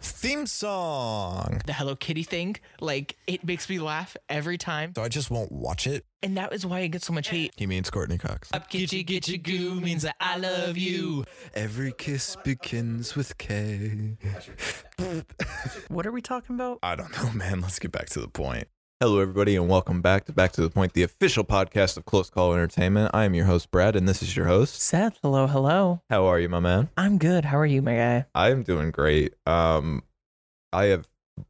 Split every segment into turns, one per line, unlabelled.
theme song.
The Hello Kitty thing, like it makes me laugh every time.
So I just won't watch it.
And that is why it gets so much hate.
He means Courtney Cox.
Up Gitchy Gitchy Goo means that I love you.
Every kiss begins with K.
What are we talking about?
I don't know, man. Let's get back to the point. Hello, everybody, and welcome back to Back to the Point, the official podcast of Close Call Entertainment. I am your host, Brad, and this is your host.
Seth, hello, hello.
How are you, my man?
I'm good. How are you, my guy?
I am doing great. Um, I have,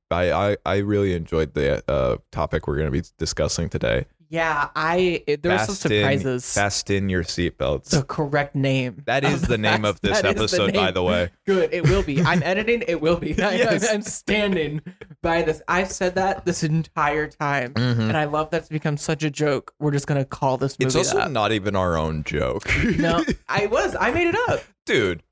I, I, I really enjoyed the uh, topic we're going to be discussing today.
Yeah, I it, there were some
Fast in-
surprises.
Fasten your seatbelts.
the correct name.
That is the name of this
that is the
episode, by
name.
the way.
Good. It will be. I'm editing. It will be. I,
Yes.
I'm standing by this. I've said that this entire time, and I love that's become such a joke. We're just gonna call this movie
It's also
that.
not even our own joke.
No, I was. I made it up.
Dude,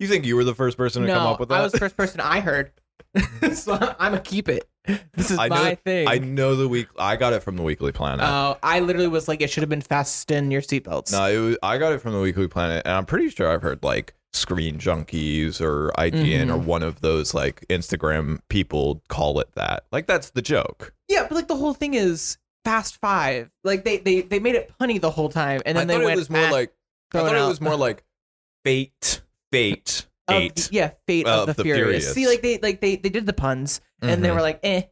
you think you were the first person to
no,
come up with that?
I was the first person I heard. so I'm gonna keep it. This is
I know-
my thing.
I know the week. I got it from the Weekly Planet.
Oh, I literally was like, it should have been fasten your seatbelts.
no, it was, I got it from the Weekly Planet, and I'm pretty sure I've heard like Screen Junkies or IGN or one of those like Instagram people call it that. Like that's the joke.
Yeah, but like the whole thing is Fast Five. Like they they they made it punny the whole time, and then
I
they
thought
went
it was more
at
like I
throwing
thought it
out
was more like fate, fate,
of-
fate.
yeah, Fate
of
of,
the
the, furious.
Furious.
See, like they like they they did the puns, and they
Mhm.
were like, eh,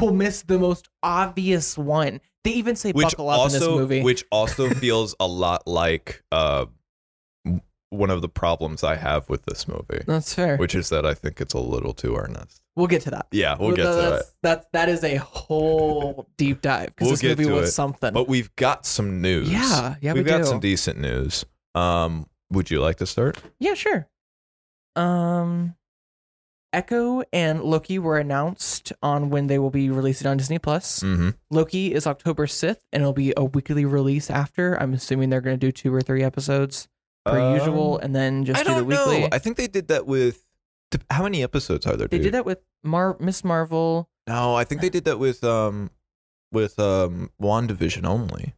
we'll miss the most obvious one. They even say
which
buckle up
also
in this movie.
which also feels a lot like uh, w- one of the problems I have with this movie,
That's fair.
which is that I think it's a little too earnest.
we'll get to that.
Yeah, we'll get to it.
that's, That's that is a whole deep dive because
We'll
this
get
movie
to
was
it,
something.
But we've got some news.
yeah, yeah, we
we've got
do.
some decent news. Um, would you like to start?
Yeah, sure. Um Echo and Loki were announced on when they will be released on Disney Plus.
Mm-hmm.
Loki is October 6th and it'll be a weekly release after. I'm assuming they're going to do two or three episodes per usual and then just
Um, I
do
don't
the weekly.
know. I think they did that with. dep- How many episodes are there?
they
dude?
did that with Mar- Miss Marvel.
No, I think they did that with um with um WandaVision only.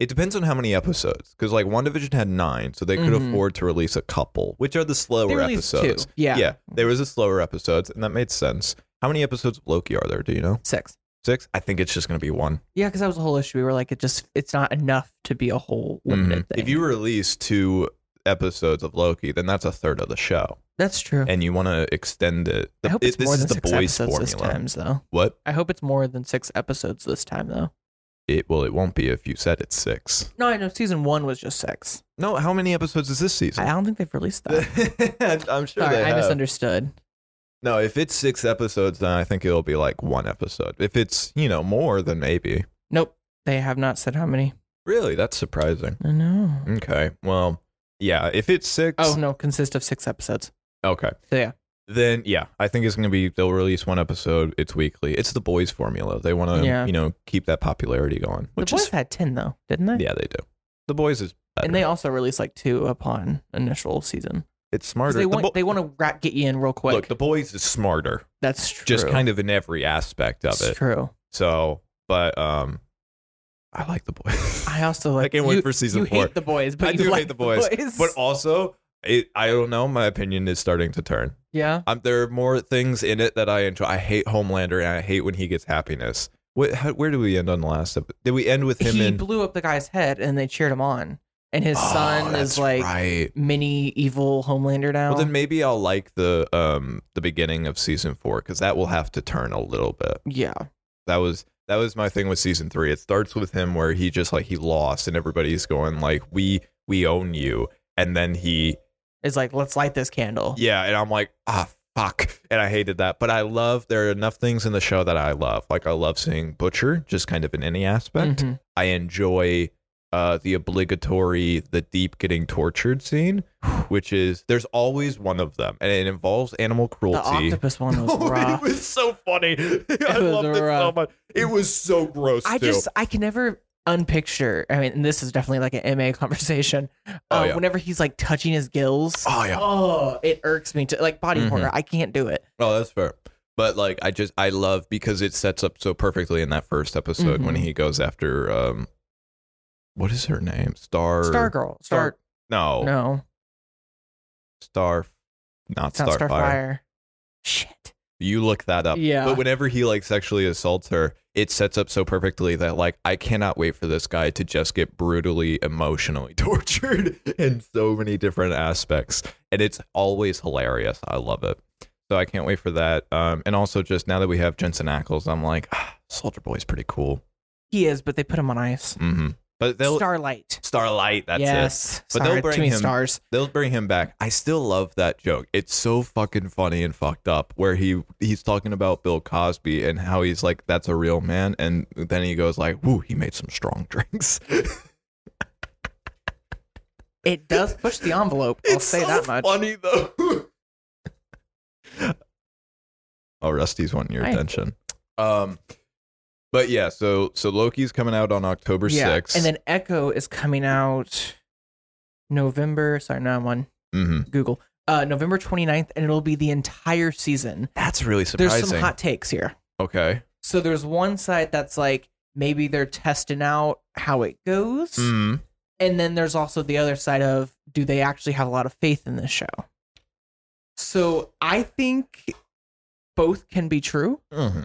It depends on how many episodes, because like WandaVision had nine, so they could
Mhm.
afford to release a couple, which are the
They
slower
released
episodes.
two. Yeah.
yeah, there was the slower episodes, and that made sense. How many episodes of Loki are there? Do you know?
Six.
Six. I think it's just gonna be one.
Yeah, because that was the whole issue. We were like, it just, it's not enough to be a whole limited
Mhm.
thing.
If you release two episodes of Loki, then that's a third of the show,
That's true.
and you want to extend it.
I hope
it-
it's
this
more
is
than
the
six
boys'
episodes
formula.
this time, though.
What?
I hope it's more than six episodes this time, though.
It well, it won't be if you said it's six.
No, I know season one was just six.
No, how many episodes is this
I
season?
don't think they've released that.
I'm sure
Sorry,
they
I
have.
misunderstood.
No, if it's six episodes, then I think it'll be like one episode. If it's you know more, then maybe.
Nope, they have not said how many.
Really, that's surprising.
I know.
Okay, well, yeah. If it's six,
Oh no, consist of six episodes.
okay,
So yeah,
then yeah, I think it's gonna be they'll release one episode. It's weekly. It's the boys' formula. They want to
Yeah.
you know keep that popularity going, which
the boys
is
had ten though, didn't they?
yeah they do. The boys is better.
And they also released like two upon initial season.
it's
'Cause
smarter.
They
The
want
bo-
they want to rat, get you in real quick.
look. The boys is smarter,
That's true.
just kind of in every aspect of it.
It's true.
So, but um, I like the boys.
I also like.
can't wait
you-
for season
you
four.
hate the boys, but
I
you
do
like
hate the boys, but also, it, I don't know. My opinion is starting to turn.
yeah,
Um, there are more things in it that I enjoy. I hate Homelander, and I hate when he gets happiness. What, how, where did we end on the last episode? Did we end with him
he
and
blew up the guy's head, and they cheered him on. And his
Oh,
son is
that's
like
right.
mini evil Homelander now.
Well, then maybe I'll like the um the beginning of season four because that will have to turn a little bit.
yeah,
That was that was my thing with season three. It starts with him where he just like he lost and everybody's going like we we own you, and then he
it's like let's light this candle.
Yeah, and I'm like, ah, fuck. And I hated that. But I love there are enough things in the show that I love. Like I love seeing Butcher just kind of in any aspect.
Mhm.
I enjoy uh the obligatory the deep getting tortured scene, which is there's always one of them. And it involves animal
The
cruelty.
octopus one was
Oh,
rough.
it was so funny. I
was
loved it so
rough.
much. It was so gross.
I
too.
just I can never unpicture. I mean, and this is definitely like an MA conversation. Uh,
Oh, yeah.
Whenever he's like touching his gills,
Oh yeah.
oh, it irks me to like body
Mhm.
horror. I can't do it.
Oh, that's fair. But like, I just I love because it sets up so perfectly in that first episode when
Mhm.
he goes after um, what is her name? Star.
Stargirl,
Star- oh,
Star,
No.
no,
Star. Not
it's not
Starfire.
Starfire. Shit.
You look that up.
Yeah.
But whenever he like sexually assaults her, it sets up so perfectly that like I cannot wait for this guy to just get brutally emotionally tortured in so many different aspects. And it's always hilarious. I love it. So I can't wait for that. Um and also just now that we have Jensen Ackles, I'm like, ah, Soldier Boy's pretty cool.
He is, but they put him on ice.
Mm-hmm. But they'll
Starlight.
Starlight, that's it.
yes.
But
Sorry,
they'll bring
too many
him-
stars.
They'll bring him back. I still love that joke. It's so fucking funny and fucked up. Where he he's talking about Bill Cosby and how he's like, "That's a real man," and then he goes like, "Woo, he made some strong drinks."
It does push the envelope. I'll
It's
say
so
that much.
Funny though. oh, Rusty's wanting your
Hi.
attention. Um, but yeah, so so Loki's coming out on October
yeah.
sixth,
And then Echo is coming out November. Sorry, no, I'm on
hmm
Google. Uh, November 29th, and it'll be the entire season.
that's really surprising.
There's some hot takes here.
okay.
So there's one side that's like maybe they're testing out how it goes.
Mm.
And then there's also the other side of do they actually have a lot of faith in this show? So I think both can be true.
hmm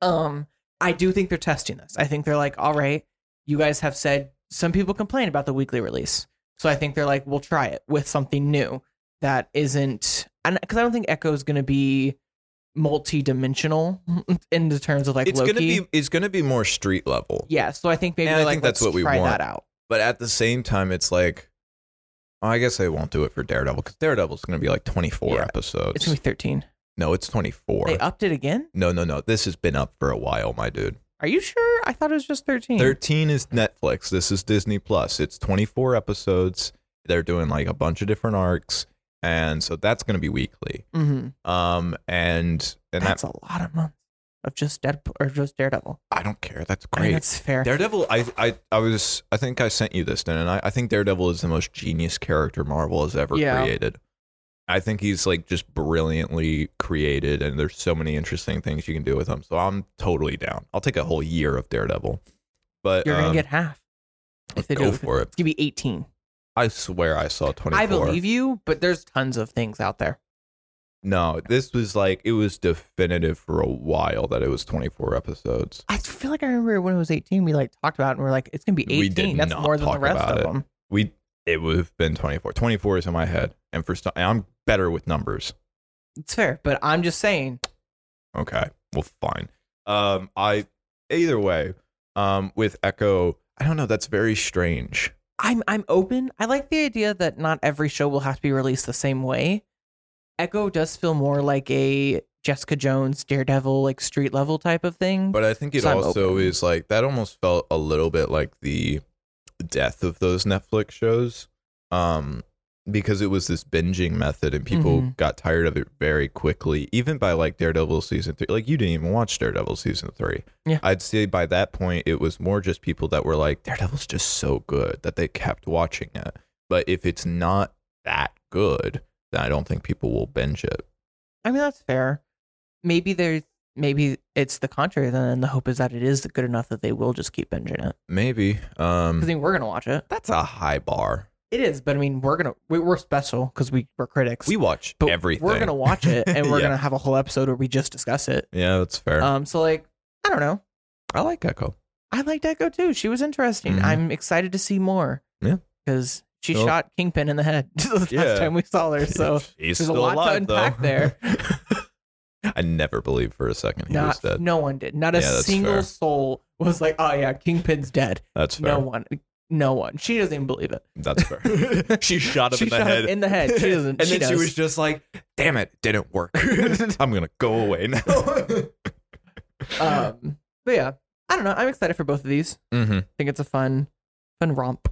Um, I do think they're testing this. I think they're like, all right, you guys have said some people complain about the weekly release. So I think they're like, we'll try it with something new that isn't, and because I don't think Echo is going to be multi-dimensional in the terms of like
It's
Loki.
gonna be it's gonna be more street level.
yeah, so I think maybe
And I
they're like,
think that's
let's
what we
try
want.
that out.
But at the same time, it's like, oh, I guess they won't do it for Daredevil because Daredevil's going to be like 24
Yeah.
episodes.
It's gonna be thirteen.
no, it's 24.
They upped it again.
no, no, no. This has been up for a while, my dude.
Are you sure? I thought it was just thirteen.
13 is Netflix. This is Disney Plus. It's 24 episodes. They're doing like a bunch of different arcs, and so that's going to be weekly.
mm-hmm.
Um, and and
That's
that
a lot of months of just Deadpool or just Daredevil.
I don't care. That's
I mean,
great.
that's fair.
Daredevil, I, I, I was, I think I sent you this, Dan, and I, I think Daredevil is the most genius character Marvel has ever
Yeah.
created. I think he's like just brilliantly created, and there's so many interesting things you can do with him. So I'm totally down. I'll take a whole year of Daredevil, but
You're gonna
um,
get half if they
go
do.
for it.
It's gonna be eighteen.
I swear I saw 24.
I believe you, but there's tons of things out there.
No, this was like it was definitive for a while that it was 24 episodes.
I feel like I remember when it was eighteen, we like talked about it and we are like, it's gonna be
We did
eighteen. That's
not
more than the
talk
rest
about
of
it.
them.
We it would have been 24. 24 is in my head, and for some, I'm better with numbers.
It's fair, but I'm just saying.
Okay. Well, fine. Um, I either way, um, with Echo, I don't know. That's very strange.
I'm I'm open. I like the idea that not every show will have to be released the same way. Echo does feel more like a Jessica Jones, Daredevil, like street level type of thing.
But I think it
So I'm
also
open.
is like that. Almost felt a little bit like the death of those Netflix shows, um, because it was this binging method, and people
Mhm.
got tired of it very quickly. Even by like Daredevil season three, like you didn't even watch Daredevil season three.
Yeah.
I'd say by that point, it was more just people that were like Daredevil's just so good that they kept watching it. But if it's not that good, then I don't think people will binge it.
I mean that's fair. Maybe there's maybe it's the contrary then and the hope is that it is good enough that they will just keep binging it.
Maybe.
'Cause I
Um,
mean we're gonna watch it.
that's a high bar.
It is, but I mean we're gonna we, we're special because we we're critics.
We watch
but
everything.
We're gonna watch it and we're
Yeah.
gonna have a whole episode where we just discuss it.
Yeah, that's fair.
Um so like I don't know.
I like Echo.
I liked Echo too. She was interesting.
Mhm.
I'm excited to see more.
Yeah.
Because she
Well-
shot Kingpin in the head the last
Yeah.
time we saw her. So
he's
there's a lot to unpack there.
I never believed for a second he was
not
dead.
no one did. Not a
Yeah, that's
single
fair.
soul was like, Oh yeah, Kingpin's dead.
That's fair.
No one. No one. She doesn't even believe it.
That's fair. she shot him
she
in the
shot
head.
him in the head. She doesn't
and
she
then
does.
she was just like, damn it, didn't work. I'm gonna go away now.
um but yeah. I don't know. I'm excited for both of these.
Mhm.
I think it's a fun fun romp.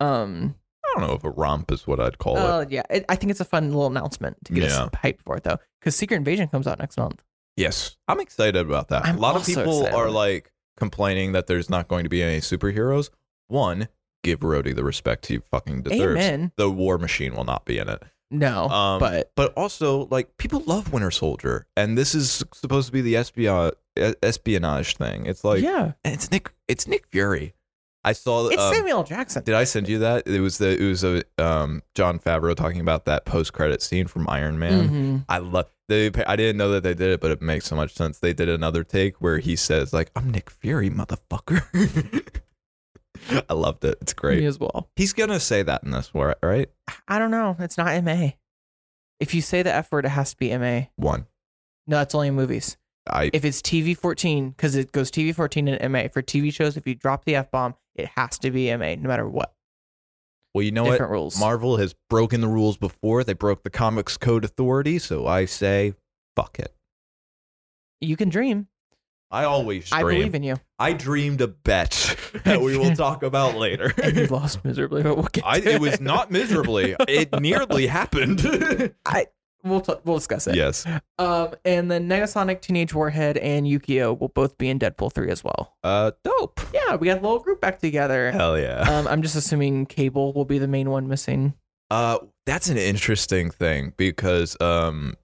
Um
I don't know if a romp is what I'd call it.
Oh yeah, it, I think it's a fun little announcement to get
Yeah.
us hyped for it though, because Secret Invasion comes out next month.
Yes. I'm excited about that.
I'm
a lot of
also
people
excited
are
about it.
like complaining that there's not going to be any superheroes. One, give Rhodey the respect he fucking deserves.
Amen.
The war machine will not be in it.
No,
Um,
Oh, but
but also like people love Winter Soldier, and this is supposed to be the e, espionage espionage thing. It's like
yeah,
and it's Nick, it's Nick Fury. I saw.
It's
um,
Samuel Jackson.
Did I send you that? It was the it was a um, John Favreau talking about that post credit scene from Iron Man.
Mhm.
I love they. I didn't know that they did it, but it makes so much sense. They did another take where he says like, "I'm Nick Fury, motherfucker." I loved it. It's great.
Me as well.
He's gonna say that in this, wa- right?
I don't know. It's not MA. If you say the F word, it has to be MA.
One.
No, that's only in movies.
I
If it's TV 14, because it goes TV 14 and MA. For TV shows, if you drop the F bomb, it has to be MA, no matter what.
well, you know what?
Different rules.
Marvel has broken the rules before. They broke the Comics Code Authority, so I say, fuck it.
you can dream.
I always dream.
I believe in you.
I dreamed a bet that we will talk about later.
And you lost miserably, but we'll get
I,
to
it was not miserably. It nearly happened.
We'll, t- we'll discuss it.
yes.
Um, and then Negasonic, Teenage Warhead, and Yukio will both be in Deadpool 3 as well.
Uh, dope.
Yeah, we got the little group back together.
Hell yeah.
Um, I'm just assuming Cable will be the main one missing.
Uh, that's an interesting thing because um,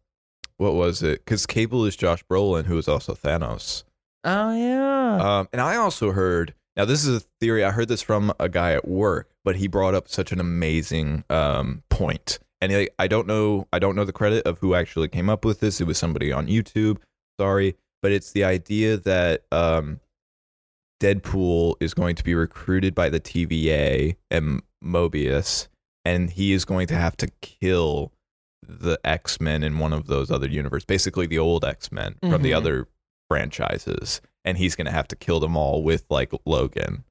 what was it? Because Cable is Josh Brolin, who is also Thanos.
Oh, yeah.
Um, and I also heard now this is a theory. I heard this from a guy at work, but he brought up such an amazing um point. And I, I don't know, I don't know the credit of who actually came up with this. It was somebody on YouTube. Sorry, but it's the idea that um, Deadpool is going to be recruited by the TVA and Mobius, and he is going to have to kill the X Men in one of those other universes, basically the old X Men from the
Mhm.
other franchises, and he's going to have to kill them all with like Logan.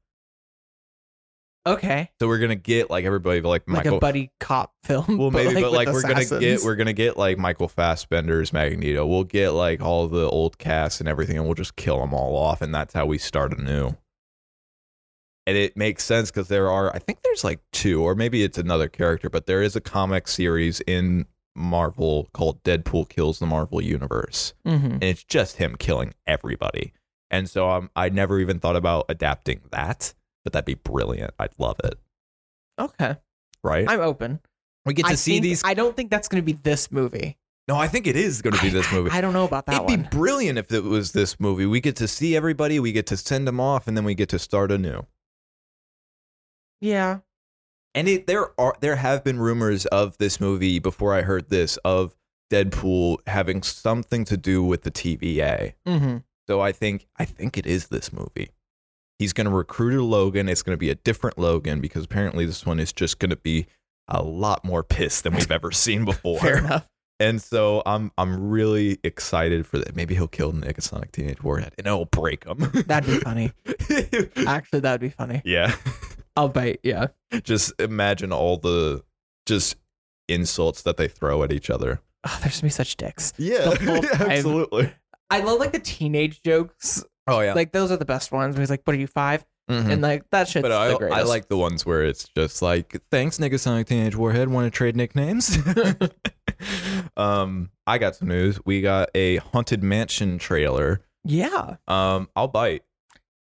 okay.
So we're gonna get like everybody like
Like
Michael.
a buddy cop film.
well, maybe, but
with
like, we're gonna get
assassins.
we're gonna get like Michael Fassbender's Magneto. We'll get like all the old cast and everything, and we'll just kill them all off, and that's how we start anew. And it makes sense because there are, I think there's like two, or maybe it's another character, but there is a comic series in Marvel called Deadpool Kills the Marvel Universe
Mhm.
and it's just him killing everybody. And so um, I never even thought about adapting that, but that'd be brilliant. I'd love it,
Okay.
right?
I'm open.
we get to
I
see
think-
these.
I don't think that's going to be this movie.
no, I think it is going to be this movie.
I don't know about that
It'd be
one.
brilliant if it was this movie. We get to see everybody, we get to send them off, and then we get to start anew.
yeah.
And it, there are there have been rumors of this movie before I heard this of Deadpool having something to do with the TVA.
hmm
So I think I think it is this movie. He's going to recruit a Logan. It's going to be a different Logan because apparently this one is just going to be a lot more pissed than we've ever seen
Fair
before.
enough.
and so I'm I'm really excited for that. Maybe he'll kill Negasonic Teenage Warhead and it'll break him.
That'd be funny. Actually, that'd be funny.
yeah.
I'll bite. Yeah.
Just imagine all the just insults that they throw at each other.
Oh, there's gonna be such dicks.
Yeah.
The whole time.
absolutely.
I love like the teenage jokes.
Oh yeah.
Like those are the best ones. Where he's like, "What are you 5
Mhm.
And like that shit's
But I,
the greatest.
I like the ones where it's just like, thanks, Nigga Sonic Teenage Warhead. Want to trade nicknames? um, I got some news. We got a Haunted Mansion trailer.
Yeah.
Um, I'll bite.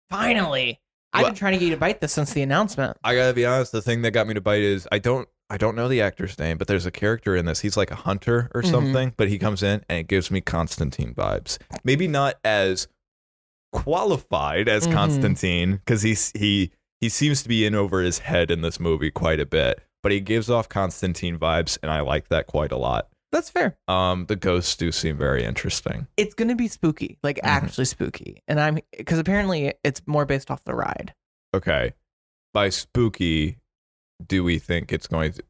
Finally, I've been
What?
trying to get you to bite this since the announcement.
I gotta be honest. The thing that got me to bite is I don't, I don't know the actor's name, but there's a character in this. He's like a hunter or
Mhm.
something, but he comes in and it gives me Constantine vibes. Maybe not as qualified as
Mhm.
Constantine because he's he he seems to be in over his head in this movie quite a bit, but he gives off Constantine vibes, and I like that quite a lot.
That's fair.
Um, the ghosts do seem very interesting.
It's gonna be spooky, like
Mhm.
actually spooky. And I'm because apparently it's more based off the ride.
Okay, by spooky, do we think it's going to?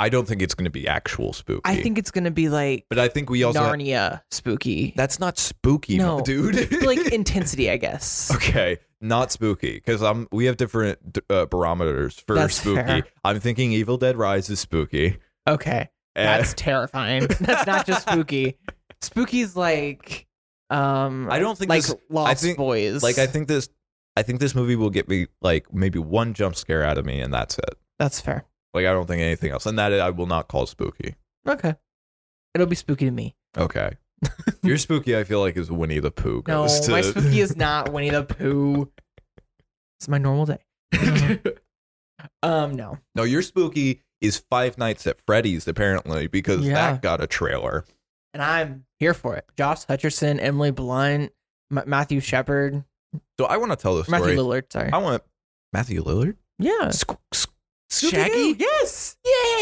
I don't think it's going to be actual spooky.
I think it's gonna be like
But I think we also
Narnia spooky,
that's not spooky,
No.
dude.
like intensity, I guess.
okay, not spooky because I'm we have different d- uh, barometers for
That's
spooky.
fair.
I'm thinking Evil Dead Rise is spooky. Eh,
Okay,
And-
that's terrifying. That's not just spooky. Spooky's like, um,
I don't think
like
this-
Lost
I think-
Boys.
like I think this. I think this movie will get me like maybe one jump scare out of me, and that's it.
that's fair.
Like I don't think anything else, and that I will not call spooky.
Okay, it'll be spooky to me.
Okay, your spooky I feel like is Winnie the Pooh.
No,
goes to-
my spooky is not Winnie the Pooh. It's my normal day. Um, no.
no, your spooky is Five Nights at Freddy's apparently because
Yeah.
that got a trailer.
And I'm here for it. Josh Hutcherson, Emily Blunt, M- Matthew Shepard,
So I want to tell the story. Oh.
Matthew Lillard. Uh, Sorry.
I want Matthew Lillard?
Yeah.
Squ- squ- Shaggy?
Yes.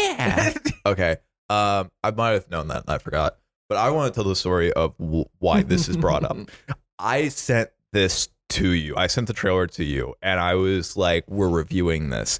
Yeah. okay. Um, I might have known that. and I forgot. But I want to tell the story of w- why this is brought up. I sent this to you. I sent the trailer to you, and I was like, "We're reviewing this,"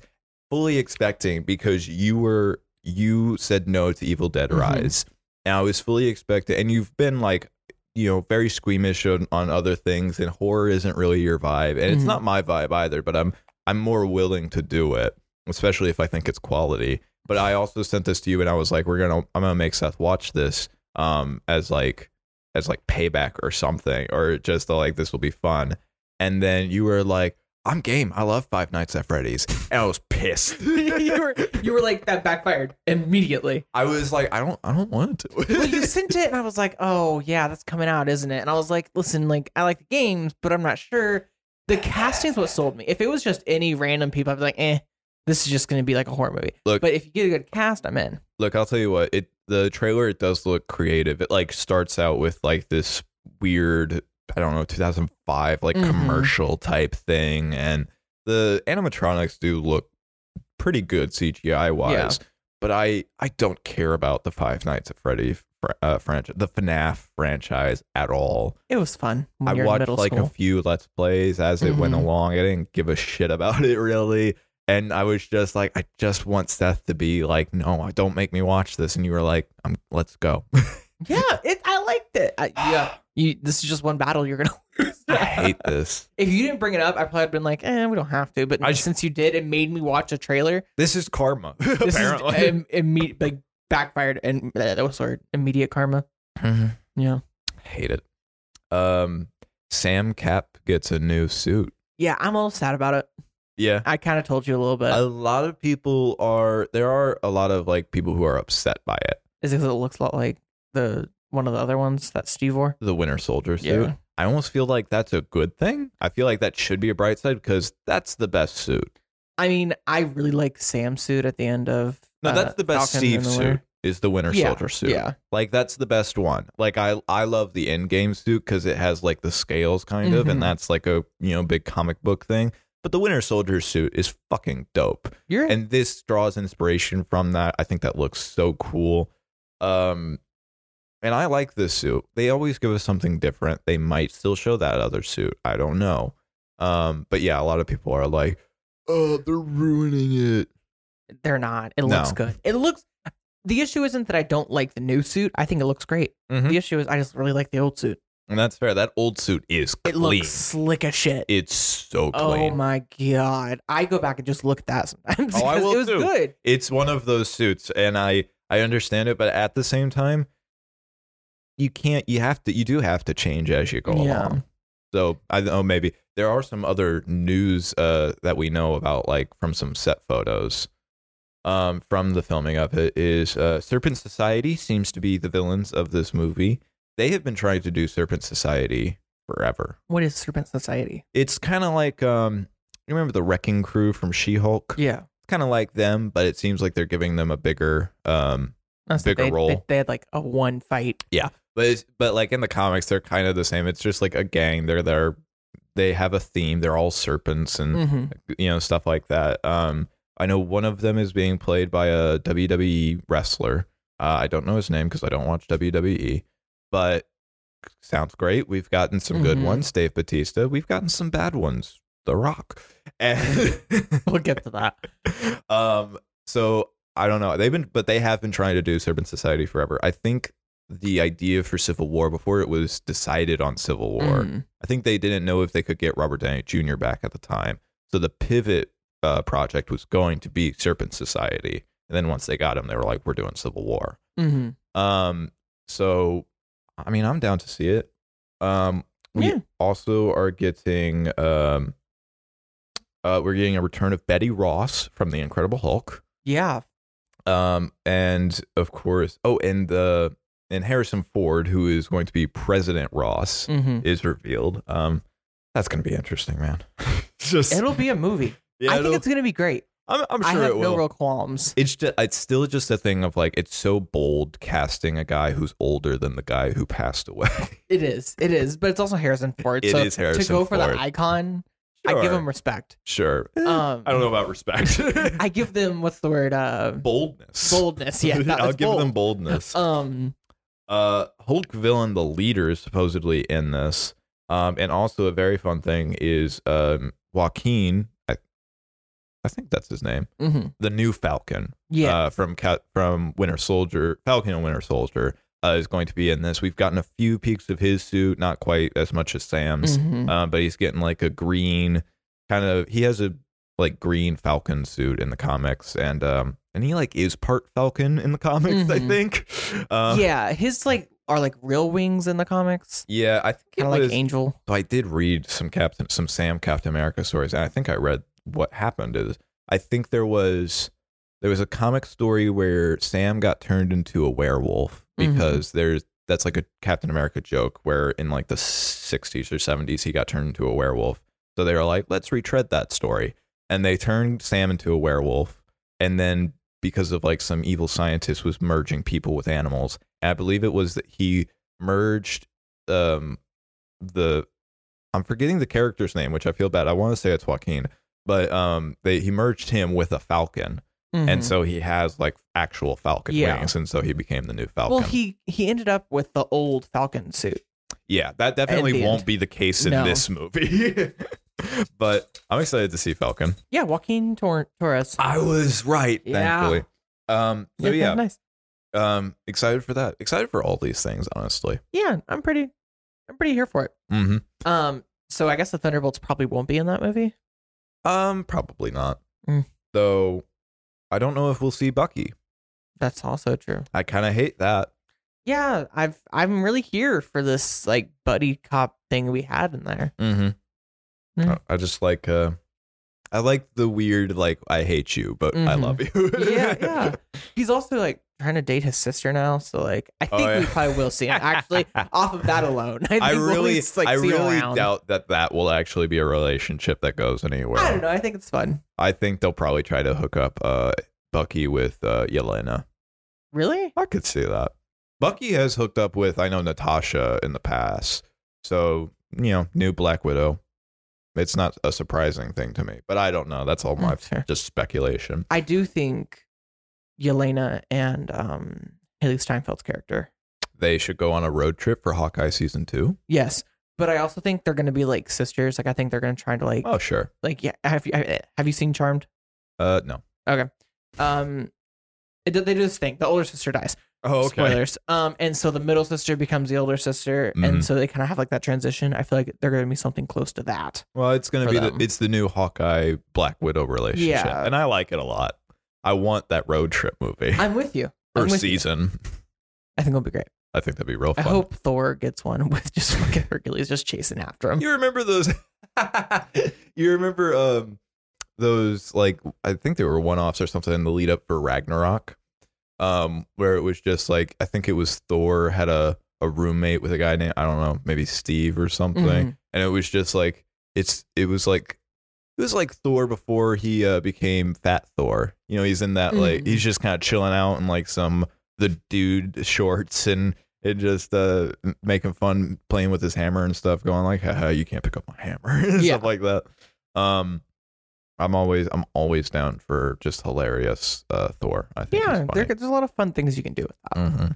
fully expecting because you were you said no to Evil Dead
Mhm.
Rise, and I was fully expecting. And you've been like, you know, very squeamish on, on other things, and horror isn't really your vibe, and it's
Mhm.
not my vibe either. But I'm I'm more willing to do it, especially if I think it's quality. But I also sent this to you, and I was like, "We're gonna I'm gonna make Seth watch this." Um, as like as like payback or something, or just the, like this will be fun. And then you were like, "I'm game. I love Five Nights at Freddy's." And I was pissed.
you were you were like that backfired immediately.
I was like, "I don't, I don't want to."
Well, you sent it, and I was like, "Oh yeah, that's coming out, isn't it?" And I was like, "Listen, like I like the games, but I'm not sure." The casting's what sold me. If it was just any random people, I'd be like, "Eh, this is just going to be like a horror movie."
Look-
but if you get a good cast, I'm in.
Look, I'll tell you what. It the trailer it does look creative. It like starts out with like this weird, I don't know, 2005 like
Mhm.
commercial type thing, and the animatronics do look pretty good CGI wise. But I I don't care about the Five Nights at Freddy fr- uh, franchise, the FNAF franchise at all.
It was fun. When
I
you're in
watched
middle
like
school.
a few Let's Plays as it went
Mhm.
along. I didn't give a shit about it really. And I was just like, I just want Seth to be like, no, don't make me watch this. And you were like, i let's go.
yeah, it, I liked it. I, yeah, you, this is just one battle you're gonna lose.
I hate this.
if you didn't bring it up, I probably have been like, "Eh, we don't have to." But
I sh-
since you did, it made me watch a trailer.
This is karma.
This
apparently.
is im- imme- like backfired and uh, that was sort of immediate karma. Yeah.
hate it. Um, Sam Cap gets a new suit.
Yeah, I'm a little sad about it.
Yeah.
I kind of told you a little bit.
A lot of people are, there are a lot of like people who are upset by it.
is it 'cause it looks a lot like the one of the other ones that Steve wore?
The Winter Soldier suit. I almost feel like that's a good thing. I feel like that should be a bright side because that's the best suit.
I mean, I really like Sam's suit at the end of.
No,
uh,
that's the best
Falcon
Steve
and the
suit
Winter-
is the Winter
Yeah,
Soldier suit.
Yeah.
Like that's the best one. Like I I love the end game suit because it has like the scales kind of,
Mhm.
and that's like a you know big comic book thing. But the Winter Soldier suit is fucking dope.
You're right.
And this draws inspiration from that. I think that looks so cool. Um and I like this suit. They always give us something different. They might still show that other suit. I don't know. Um but yeah, a lot of people are like, "Oh, they're ruining it."
They're not. It
No.
looks good. It looks. The issue isn't that I don't like the new suit. I think it looks great.
Mhm.
The issue is I just really like the old suit.
And that's fair. That old suit is
It
clean.
looks slick as shit.
it's so
oh
clean.
my god! I go back and just look at that sometimes.
Oh, I
because
will
it was
too.
good.
it's one of those suits and i i understand it but at the same time you can't you have to you do have to change as you go
Yeah.
along so i don't know maybe there are some other news uh that we know about like from some set photos um from the filming of it is uh serpent society seems to be the villains of this movie they have been trying to do serpent society forever
What is Serpent Society?
it's kind of like um you remember the wrecking crew from she-hulk
Yeah,
kind of like them, but it seems like they're giving them a bigger um
That's that
Bigger
they,
role.
They, they had like a one fight.
but it's, but like in the comics they're kind of the same. It's just like a gang. They're there they have a theme. They're all serpents and
Mm-hmm.
you know stuff like that. Um I know one of them is being played by a WWE wrestler. Uh, I don't know his name because I don't watch WWE, but sounds great. We've gotten some good
Mhm.
ones, Dave Batista. We've gotten some bad ones, The Rock. And
We'll get to that.
um so i don't know they've been but they have been trying to do serpent society forever i think the idea for civil war before it was decided on civil war
Mhm.
i think they didn't know if they could get robert downey jr back at the time so the pivot uh, project was going to be serpent society and then once they got him they were like we're doing civil war
Mhm.
um so i mean i'm down to see it um we
Yeah.
also are getting um uh, we're getting a return of Betty Ross from The Incredible Hulk.
Yeah.
Um, and of course, oh, and the and Harrison Ford, who is going to be President Ross,
hmm
is revealed. Um, that's gonna be interesting, man. Just
It'll be a movie.
yeah,
I think
it'll-
it's gonna be great.
I'm, I'm
I
sure
have
it
no
will.
real qualms.
it's just it's still just a thing of like it's so bold casting a guy who's older than the guy who passed away.
It is. It is. But it's also Harrison Ford.
It
so
is Harrison
to go for
Ford.
the icon. I give
Sure.
them respect.
Sure. Eh,
Um,
I don't know about respect.
I give them what's the word? Uh,
boldness.
boldness. Yeah, that
I'll
was
give
bold.
them boldness.
Um,
Uh, Hulk villain, the leader, is supposedly in this. Um, and also a very fun thing is um Joaquin. I, I think that's his name.
mhm.
The new Falcon.
yeah,
uh, from Ca- from Winter Soldier, Falcon and Winter Soldier uh, is going to be in this. We've gotten a few peeks of his suit, not quite as much as Sam's,
mhm.
uh, but he's getting like a green kind of. He has a like green Falcon suit in the comics, and um and he like is part Falcon in the comics, I
Mhm.
think. Uh,
yeah. His like are like real wings in the comics,
yeah, I think it
kind of like
was-
Angel.
so I did read some Captain, some Sam Captain America stories, and I think I read what happened is I think there was there was a comic story where Sam got turned into a werewolf
Mhm.
because there's that's like a Captain America joke where in like the 60s or 70s he got turned into a werewolf. So they were like, let's retread that story, and they turned Sam into a werewolf, and then because of like some evil scientist was merging people with animals, I believe it was that he merged um the I'm forgetting the character's name, which I feel bad. I want to say it's Joaquin, but um, they he merged him with a falcon, and
Mhm.
so he has like actual falcon
Yeah.
wings, and so he became the new falcon.
well, he he ended up with the old Falcon suit.
yeah, that
At
definitely
the
won't
end.
be the case in
No.
this movie. but I'm excited to see Falcon.
Yeah, Joaquin Tor- Torres.
I was right,
Yeah.
thankfully. Um, Ah, so
Yeah,
yeah,
nice.
um, excited for that. Excited for all these things, honestly.
Yeah, I'm pretty, I'm pretty here for it.
hmm
Um, so I guess the Thunderbolts probably won't be in that movie.
Um, probably not.
Mm.
Though, I don't know if we'll see Bucky.
That's also true.
I kind of hate that.
Yeah, I've I'm really here for this like buddy cop thing we had in there.
Mm-hmm.
Mm.
I, I just like uh I like the weird like I hate you, but I
Mhm.
love you.
yeah, yeah. He's also like trying to date his sister now, so like I
Oh,
think we
yeah.
probably will see him. Actually, off of that alone, I, think
I
we'll
really
just, like,
I
see him
really
around.
doubt that that will actually be a relationship that goes anywhere.
I don't know. I think it's fun.
I think they'll probably try to hook up uh Bucky with uh Yelena.
Really?
I could see that. Bucky has hooked up with I know Natasha in the past. So, you know, new Black Widow. It's not a surprising thing to me, but I don't know. That's all my
Mm, sure.
just speculation.
I do think Yelena and um Haley Steinfeld's character.
They should go on a road trip for Hawkeye season 2.
Yes. But I also think they're going to be like sisters. Like I think they're going to try to like
Oh, sure.
like yeah. Have you eh, have you seen Charmed?
Uh, no.
Um, it, they do this thing. The older sister dies.
Oh,
Spoilers. Um, and so the middle sister becomes the older sister,
Mhm.
and so they kind of have like that transition. I feel like they're going to be something close to that.
Well, it's gonna
For
be the,
them.
it's the new Hawkeye Black Widow relationship,
Yeah.
and I like it a lot. I want that road trip movie
I'm with you. I'm
first
with you.
season.
I think it'll be great.
I think that'd be real
I
fun.
hope Thor gets one with just fucking Hercules just chasing after him.
you remember those. you remember um those like I think they were one offs or something in the lead up for Ragnarok, um where it was just like I think it was Thor had a a roommate with a guy named I don't know maybe Steve or something.
Mhm.
and it was just like it's it was like it was like Thor before he uh, became Fat Thor. You know, he's in that like
Mhm.
he's just kind of chilling out in like some the dude shorts and and just uh making fun playing with his hammer and stuff, going like, "Haha, you can't pick up my hammer," and
Yeah.
stuff like that. Um, I'm always I'm always down for just hilarious uh Thor. I think
Yeah,
he's
there,
funny.
there's a lot of fun things you can do with that.
Mhm.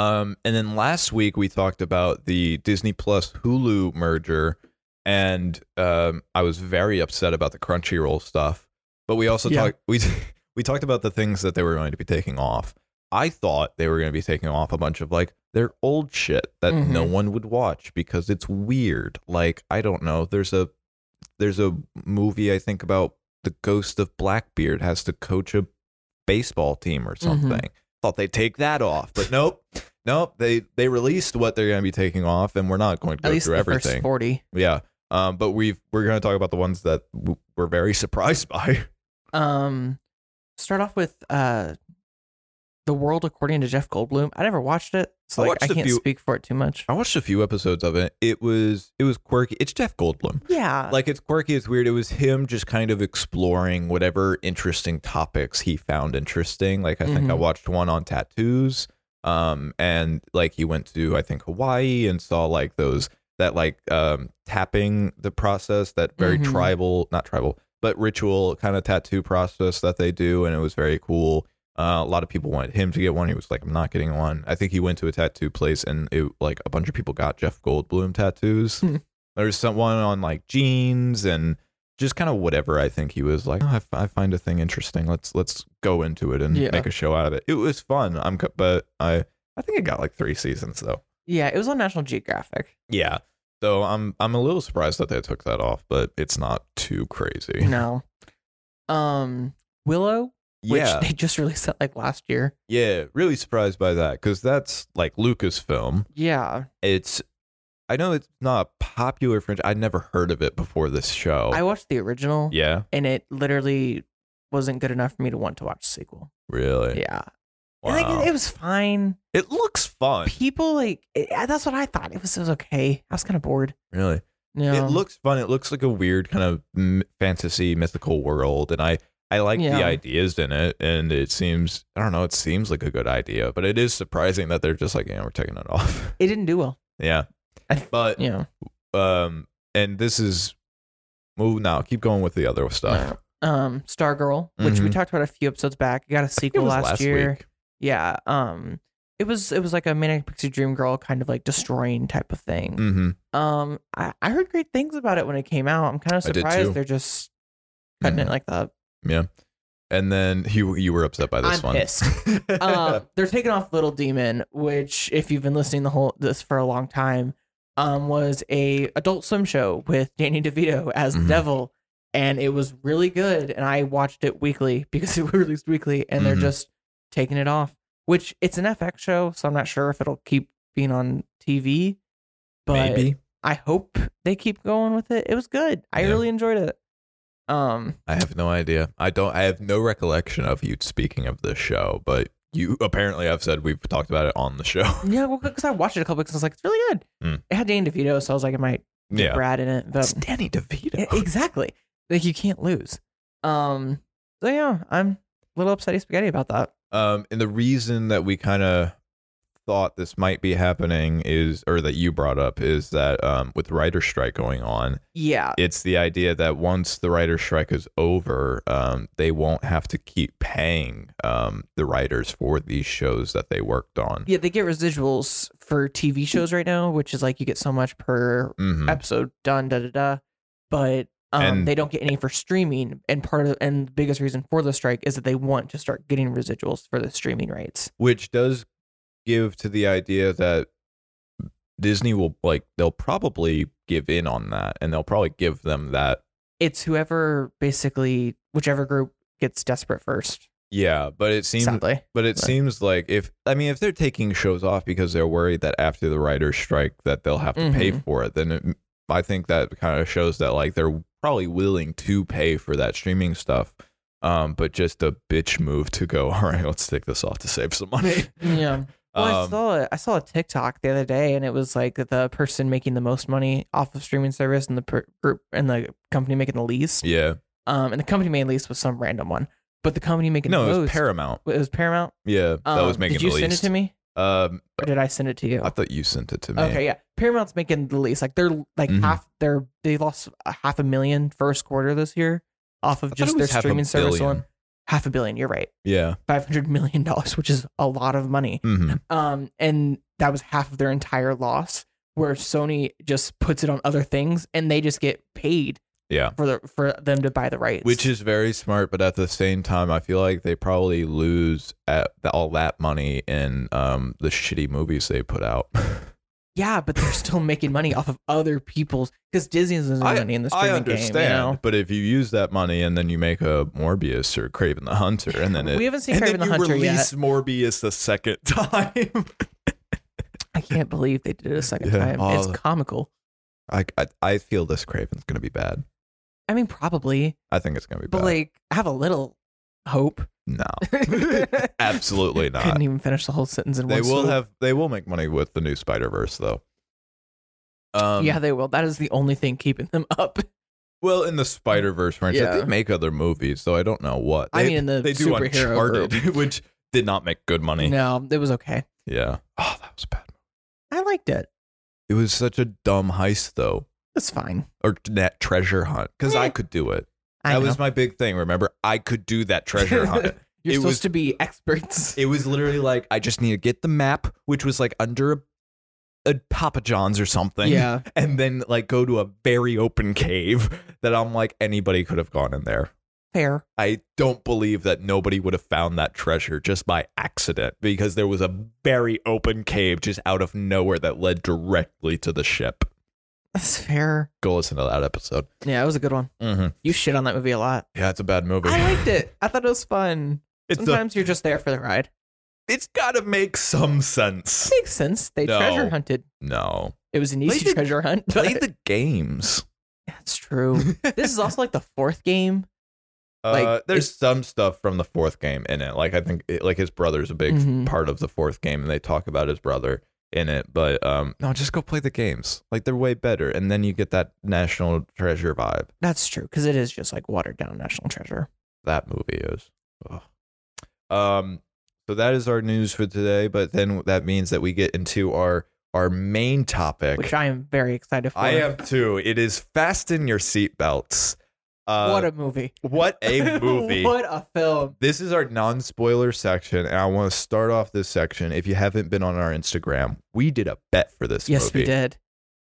Um, and then last week we talked about the Disney Plus Hulu merger, and um, I was very upset about the Crunchyroll stuff. But we also
Yeah.
talked we we talked about the things that they were going to be taking off. I thought they were going to be taking off a bunch of like their old shit that no one would watch because it's weird. Like I don't know, there's a there's a movie I think about the ghost of Blackbeard has to coach a baseball team or
Mm-hmm.
something. Thought they'd take that off, but nope, nope. They they released what they're going to be taking off, and we're not going to
At
go
least
through
the
everything.
first forty.
Yeah, um, but we have we're going to talk about the ones that w- we're very surprised by.
Um, start off with uh, the world according to Jeff Goldblum. I never watched it, so
I
like I
watched a
can't
few-
speak for it too much.
I watched a few episodes of it. It was it was quirky. It's Jeff Goldblum.
Yeah,
like it's quirky it's weird it was him just kind of exploring whatever interesting topics he found interesting like i think i
Mhm.
watched one on tattoos um and like he went to i think hawaii and saw like those that like um tapping the process, that very
Mhm.
tribal, not tribal, but ritual kind of tattoo process that they do, and it was very cool. Uh, a lot of people wanted him to get one. He was like, "I'm not getting one." I think he went to a tattoo place, and it like a bunch of people got Jeff Goldblum tattoos.
Hmm.
there was someone on like jeans and just kind of whatever. I think he was like, oh, I, f- I find a thing interesting. Let's let's go into it and
Yeah.
make a show out of it. It was fun. I'm co- but I I think it got like three seasons though.
Yeah, it was on National Geographic.
Yeah. So I'm I'm a little surprised that they took that off, but it's not too crazy.
No. Um Willow, which
Yeah,
they just released that like last year.
yeah, really surprised by that because that's like Lucasfilm.
Yeah.
It's I know it's not a popular franchise. I'd never heard of it before this show.
I watched the original
yeah,
and it literally wasn't good enough for me to want to watch the sequel.
really.
Yeah.
Wow.
And, like, it, it was fine.
it looks fun.
People like it, yeah, that's what I thought. It was it was okay. I was kind of bored.
Really.
No.
It looks fun. It looks like a weird kind of m- fantasy mythical world, and I I like
Yeah.
the ideas in it. And it seems I don't know. It seems like a good idea, but it is surprising that they're just like, yeah, we're taking it off.
it didn't do well.
yeah,
I-
but
Yeah.
um, and this is move now. Keep going with the other stuff.
Um Stargirl, which we
Mhm.
talked about a few episodes back. It got a
I think it
sequel
was
last, year.
week.
Yeah. Um it was it was like a manic pixie dream girl kind of like destroying type of thing.
hmm
Um, I, I heard great things about it when it came out. I'm kind of
I did too.
surprised they're just cutting it like that.
Mm-hmm. And then you you were upset by this
I'm
one.
pissed. Um, they're taking off Little Demon, which if you've been listening the whole this for a long time, um, was a Adult Swim show with Danny DeVito as the
Mhm.
Devil, and it was really good. And I watched it weekly because it was released weekly, and they're
Mhm.
just taking it off. Which it's an FX show, so I'm not sure if it'll keep being on TV. But
Maybe
I hope they keep going with it. It was good. I
Yeah.
really enjoyed it. Um,
I have no idea. I don't. I have no recollection of you speaking of this show, but you apparently have said we've talked about it on the show.
yeah, well, because I watched it a couple because I was like, it's really good.
Mm.
It had Danny DeVito, so I was like, it might get Brad in it, but
It's Danny DeVito.
Yeah, exactly, like you can't lose. Um, so yeah, I'm a little upsetty spaghetti about that.
um, and the reason that we kind of thought this might be happening is, or that you brought up, is that um, with writer strike going on,
Yeah,
it's the idea that once the writer strike is over, um, they won't have to keep paying um, the writers for these shows that they worked on.
yeah, they get residuals for TV shows right now, which is like you get so much per
Mhm.
episode done da da da but um,
And-
they don't get any for streaming and part of and the biggest reason for the strike is that they want to start getting residuals for the streaming rights
which does give to the idea that Disney will like they'll probably give in on that, and they'll probably give them that.
it's whoever basically whichever group gets desperate first
Yeah, but it seems
sadly
But it
But-
seems like if I mean if they're taking shows off because they're worried that after the writers strike that they'll have to pay
Mhm.
for it, then it, I think that kind of shows that like they're probably willing to pay for that streaming stuff. Um, but just a bitch move to go. All right, let's take this off to save some money.
yeah well i
Um,
saw a, i saw a tiktok the other day and it was like the person making the most money off of streaming service and the per- group and the company making the least
yeah,
um and the company made least was some random one but the company making
no,
the
it was
most
Paramount.
it was paramount
Yeah, that was
Um,
making
did you
the
send it
least.
to me
Um,
or did I send it to you?
I thought you sent it to me.
Okay, yeah. Paramount's making the least. Like they're like
Mhm.
half. They're they lost a half a million first quarter this year off
I
of
thought
just
it
their
was half a
streaming service
billion.
alone. Half a billion. You're right.
Yeah.
Five hundred million dollars, which is a lot of money.
hmm
Um, and that was half of their entire loss. Where Sony just puts it on other things, and they just get paid
Yeah.
for the for them to buy the rights.
Which is very smart, but at the same time, I feel like they probably lose at the, all that money in um, the shitty movies they put out.
yeah, but they're still making money off of other people's because Disney's losing
I-
money in the
I
streaming
understand,
game. You know?
but if you use that money and then you make a Morbius or Craven the Hunter, and then it,
we haven't seen
and
Craven
then
the
you
Hunter yet.
release Morbius a second time,
I can't believe they did it a second
Yeah.
time.
Oh, the-
it's comical.
I, I I feel this Craven's gonna be bad.
I mean, probably,
I think it's gonna be
but
bad.
like, I have a little hope.
no,
Absolutely
absolutely not.
Couldn't even finish the whole sentence in
They
one.
will
swoop.
have they will make money with the new Spider Verse though. Um,
yeah, they will. That is the only thing keeping them up.
Well, in the Spider Verse franchise,
Yeah.
they make other movies, so I don't know what. They,
I mean, in the
they do
superhero
Uncharted,
group.
which did not make good money.
No, it was okay.
Yeah. Oh, that was bad.
I liked it.
It was such a dumb heist though,
That's fine.
or net treasure hunt, because I
Eh.
could do it.
I
that
know.
was my big thing. Remember, I could do that treasure hunt.
You're
it
supposed
was-
to be experts.
it was literally like I just need to get the map, which was like under a, a Papa John's or something.
Yeah.
and then like go to a very open cave that I'm like anybody could have gone in there.
Fair.
I don't believe that nobody would have found that treasure just by accident because there was a very open cave just out of nowhere that led directly to the ship.
That's fair.
Go listen to that episode.
Yeah, it was a good one.
Mm-hmm.
You shit on that movie a lot.
Yeah, it's a bad movie.
I liked it. I thought it was fun.
It's a,
Sometimes you're just there for the ride.
it's got to make some sense.
Makes sense. They
No.
treasure hunted.
No,
It was an
Play
easy
the-
treasure hunt.
play the games.
That's true. this is also like the fourth game. Like,
uh, there's
it's-
some stuff from the fourth game in it. Like I think it, like his brother's a big
Mhm.
part of the fourth game, and they talk about his brother in it. But um, no, just go play the games. Like they're way better, and then you get that national treasure vibe.
That's true because it is just like watered down National Treasure.
That movie is. Ugh. Um, so that is our news for today. But then that means that we get into our our main topic.
which I am very excited for.
I am too. It is fasten your seatbelts. Uh,
what a movie!
what a movie!
what a film!
This is our non spoiler section, and I want to start off this section. If you haven't been on our Instagram, we did a bet for this
Yes,
movie.
we did.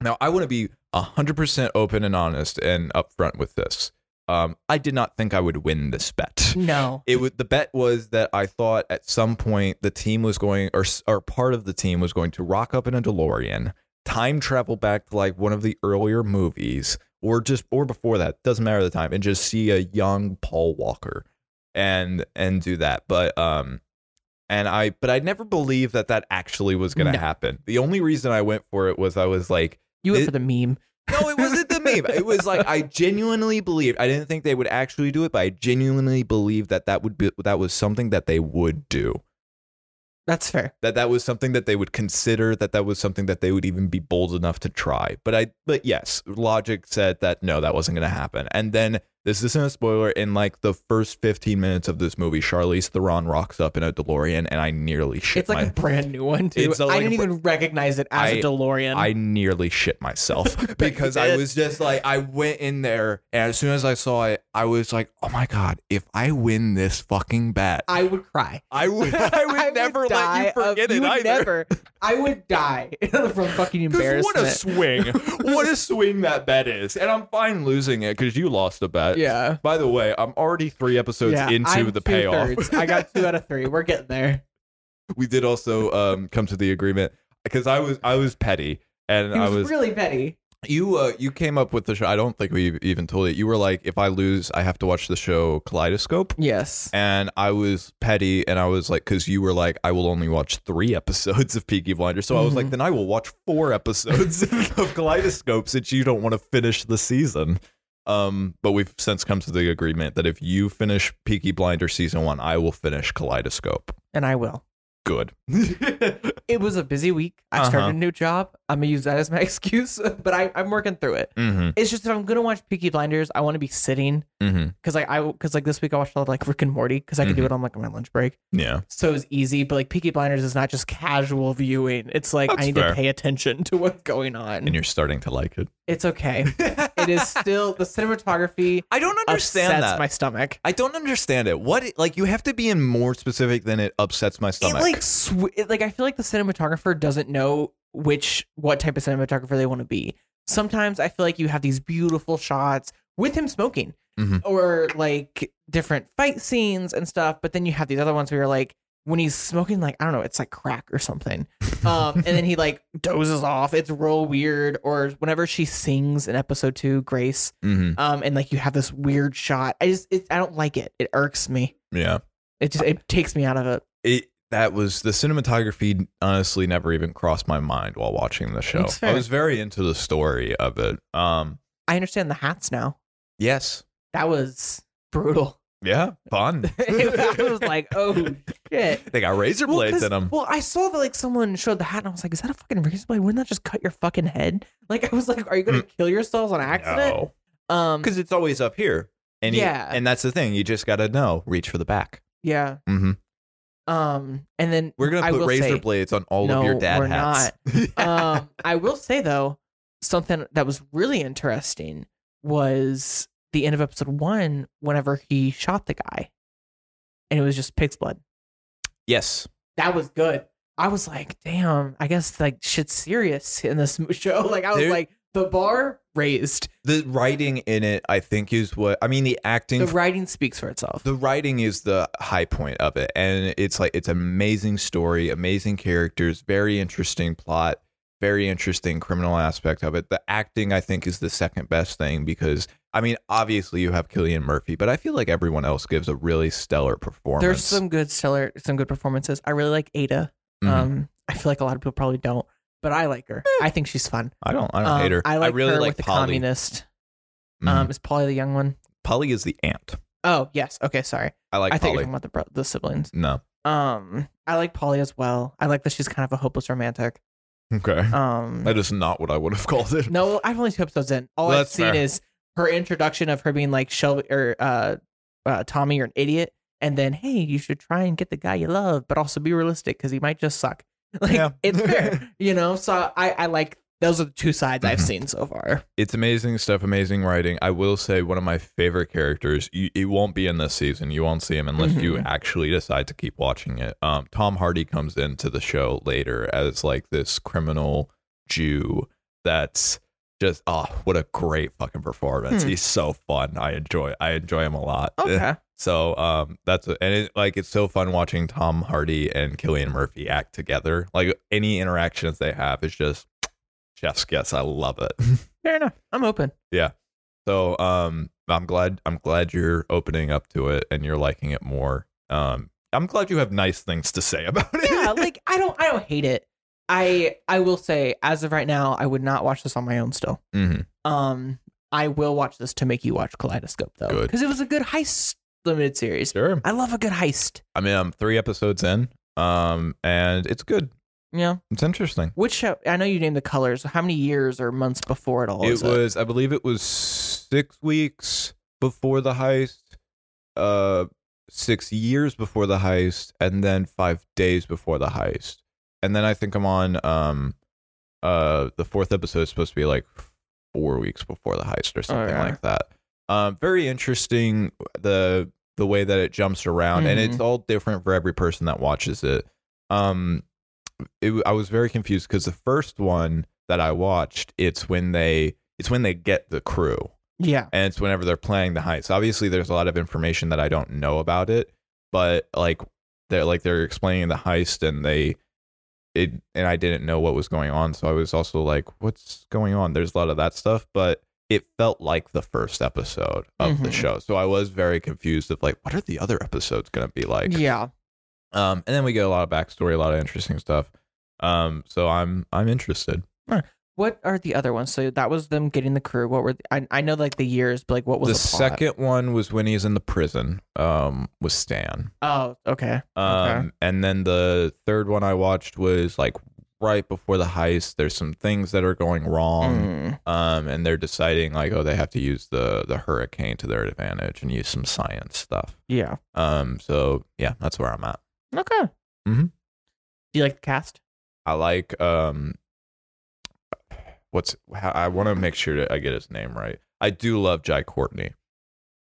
Now, I want to be 100% open and honest and upfront with this. Um, I did not think I would win this bet.
No,
It was, the bet was that I thought at some point the team was going, or, s- or part of the team was going to rock up in a DeLorean, time travel back to like one of the earlier movies, or just or before that, doesn't matter the time, and just see a young Paul Walker and and do that. But um, and I but I never believed that that actually was going to
No.
happen. The only reason I went for it was I was like,
you went
it-
for the meme.
no, it wasn't the meme. It was like I genuinely believed. I didn't think they would actually do it, but I genuinely believed that that would be that was something that they would do.
That's fair.
That that was something that they would consider. That that was something that they would even be bold enough to try. But I, but yes, logic said that no, that wasn't going to happen. And then this isn't a spoiler. In like the first fifteen minutes of this movie, Charlize Theron rocks up in a DeLorean, and I nearly shit.
It's like
my-
a brand new one too.
It's a-
I
like
didn't
a br-
even recognize it as a
I-
DeLorean.
I nearly shit myself because I
did.
was just like, I went in there, and as soon as I saw it, I was like, oh my god, if I win this fucking bet, I,
I would cry.
would, I would never let
die
you
of-
forget
you
it
would
either.
Never, I would die from fucking
'Cause
embarrassment.
what a swing, what a swing that bet is, and I'm fine losing it because you lost a bet.
yeah.
By the way, I'm already three episodes
yeah,
into
I'm
the payoff.
two-thirds. I got two out of three. We're getting there.
we did also um, come to the agreement because I was I was petty and
He
I
was,
was
really petty.
You uh, you came up with the show. I don't think we even told it. You were like, if I lose, I have to watch the show Kaleidoscope.
Yes.
And I was petty, and I was like, because you were like, I will only watch three episodes of Peaky Blinders. So I was like,
Mhm.
then I will watch four episodes of Kaleidoscope since you don't want to finish the season. Um, but we've since come to the agreement that if you finish Peaky Blinders season one, I will finish Kaleidoscope.
And I will.
Good. Mm-hmm,
it was a busy week. I
Uh-huh.
started a new job. I'm gonna use that as my excuse, but I, I'm working through it.
hmm
It's just if I'm gonna watch Peaky Blinders, I want to be sitting
hmm
because like I because like this week I watched a lot of like Rick and Morty because I could
Mm-hmm.
do it on like my lunch break,
Yeah.
so it's easy. But like Peaky Blinders is not just casual viewing. It's like
That's
I need
fair.
to pay attention to what's going on.
And you're starting to like it.
it's okay. it is still the cinematography
I don't
upsets my stomach.
I don't understand it. What it- like you have to be in more specific than it upsets my
It
stomach.
like sw- it, like I feel like the cinematographer doesn't know which what type of cinematographer they want to be. Sometimes I feel like you have these beautiful shots with him smoking
Mhm.
or like different fight scenes and stuff, but then you have these other ones where you're like when he's smoking like I don't know, it's like crack or something. Um and then he like dozes off. It's real weird or whenever she sings in episode 2 Grace
Mhm.
um and like you have this weird shot. I just it, I don't like it. It irks me.
yeah,
It just it takes me out of it.
it that was the cinematography. Honestly, never even crossed my mind while watching the show.
That's fair.
I was very into the story of it. Um,
I understand the hats now.
yes,
that was brutal.
yeah, fun.
I was like, oh shit.
they got razor
Well,
blades
'cause-
in them.
well, I saw that like someone showed the hat, and I was like, "Is that a fucking razor blade? Wouldn't that just cut your fucking head?" Like, I was like, "Are you
Mm.
gonna kill yourselves on accident?" Um,
because it's always up here. And you-
Yeah.
and that's the thing. You just gotta know. Reach for the back.
yeah,
Mm-hmm.
Um, and then
We're gonna
I
put
will
razor
say-
blades on all of your
No,
dad
we're
hats.
um, I will say though, something that was really interesting was the end of episode one. Whenever he shot the guy, and it was just pig's blood.
yes.
That was good. I was like, damn. I guess like shit's serious in this mo- show. Like I was
There-
like, the bar raised.
The writing in it, I think, is what I mean. The acting,
The writing speaks for itself.
the writing is the high point of it, and it's like it's amazing story, amazing characters, very interesting plot, very interesting criminal aspect of it. The acting, I think, is the second best thing because I mean, obviously you have Killian Murphy, but I feel like everyone else gives a really stellar performance.
There's some good stellar, some good performances. I really like Ada.
Mhm.
Um, I feel like a lot of people probably don't, but I like her. I think she's fun.
I don't, Eh. I don't
Um,
hate her.
I like
really
her
like
with the
Polly.
communist.
Mhm.
Um, is Polly the young one?
Polly is the aunt.
Oh yes. Okay, sorry.
I like
I thought you were
Polly.
talking about the bro- the siblings.
No.
Um, I like Polly as well. I like that she's kind of a hopeless romantic.
Okay.
Um,
That is not what I would have called it.
no, I've only two episodes in. All
Well,
I've
that's
seen
fair.
is her introduction of her being like Shelby or uh, uh, Tommy, you're an idiot, and then hey, you should try and get the guy you love, but also be realistic because he might just suck. Like
Yeah.
it's fair, you know. So I I like those are the two sides I've
Mhm.
seen so far.
It's amazing stuff, amazing writing. I will say one of my favorite characters. You, it won't be in this season. You won't see him unless you
Mhm.
actually decide to keep watching it. Um, Tom Hardy comes into the show later as like this criminal Jew that's just oh, what a great fucking performance.
Hmm.
He's so fun. I enjoy. I enjoy him a lot.
Okay,
So um, that's and it, like it's so fun watching Tom Hardy and Killian Murphy act together. Like any interactions they have is just chef's kiss. I love it.
fair enough. I'm open.
so um, I'm glad I'm glad you're opening up to it and you're liking it more. Um, I'm glad you have nice things to say about it.
yeah, like I don't I don't hate it. I I will say as of right now, I would not watch this on my own still.
Mhm.
Um I will watch this to make you watch Kaleidoscope though.
Good.
Because it was a good heist limited series.
Sure.
I love a good heist.
I mean, I'm three episodes in. Um, and it's good.
Yeah.
It's interesting.
Which show I know you named the colors. How many years or months before it all
it
is
was, I believe, it was six weeks before the heist, uh, six years before the heist, and then five days before the heist, and then I think I'm on um, uh, the fourth episode is supposed to be like four weeks before the heist or something
Oh, yeah.
like that. Um, very interesting the the way that it jumps around, and
Mhm.
it's all different for every person that watches it. Um, it, I was very confused because the first one that I watched, it's when they it's when they get the crew,
Yeah.
and it's whenever they're playing the heist. Obviously, there's a lot of information that I don't know about it, but like they're like they're explaining the heist, and they it and I didn't know what was going on, so I was also like, what's going on? There's a lot of that stuff, but it felt like the first episode of the
Mhm.
show, so I was very confused of like, what are the other episodes going to be like?
yeah.
Um, and then we get a lot of backstory, a lot of interesting stuff. Um, so I'm I'm interested.
What are the other ones? So that was them getting the crew. What were the, I I know like the years, but like what was
the
the, plot?
second one was when he's in the prison, um, with Stan.
Oh, okay.
Um,
Okay.
and then the third one I watched was like right before the heist. There's some things that are going wrong.
Mm.
Um, and they're deciding like, oh, they have to use the the hurricane to their advantage and use some science stuff.
Yeah.
Um, so yeah, that's where I'm at.
Okay.
Mhm.
Do you like the cast?
I like um what's how, I want to make sure that I get his name right. I do love Jai Courtney,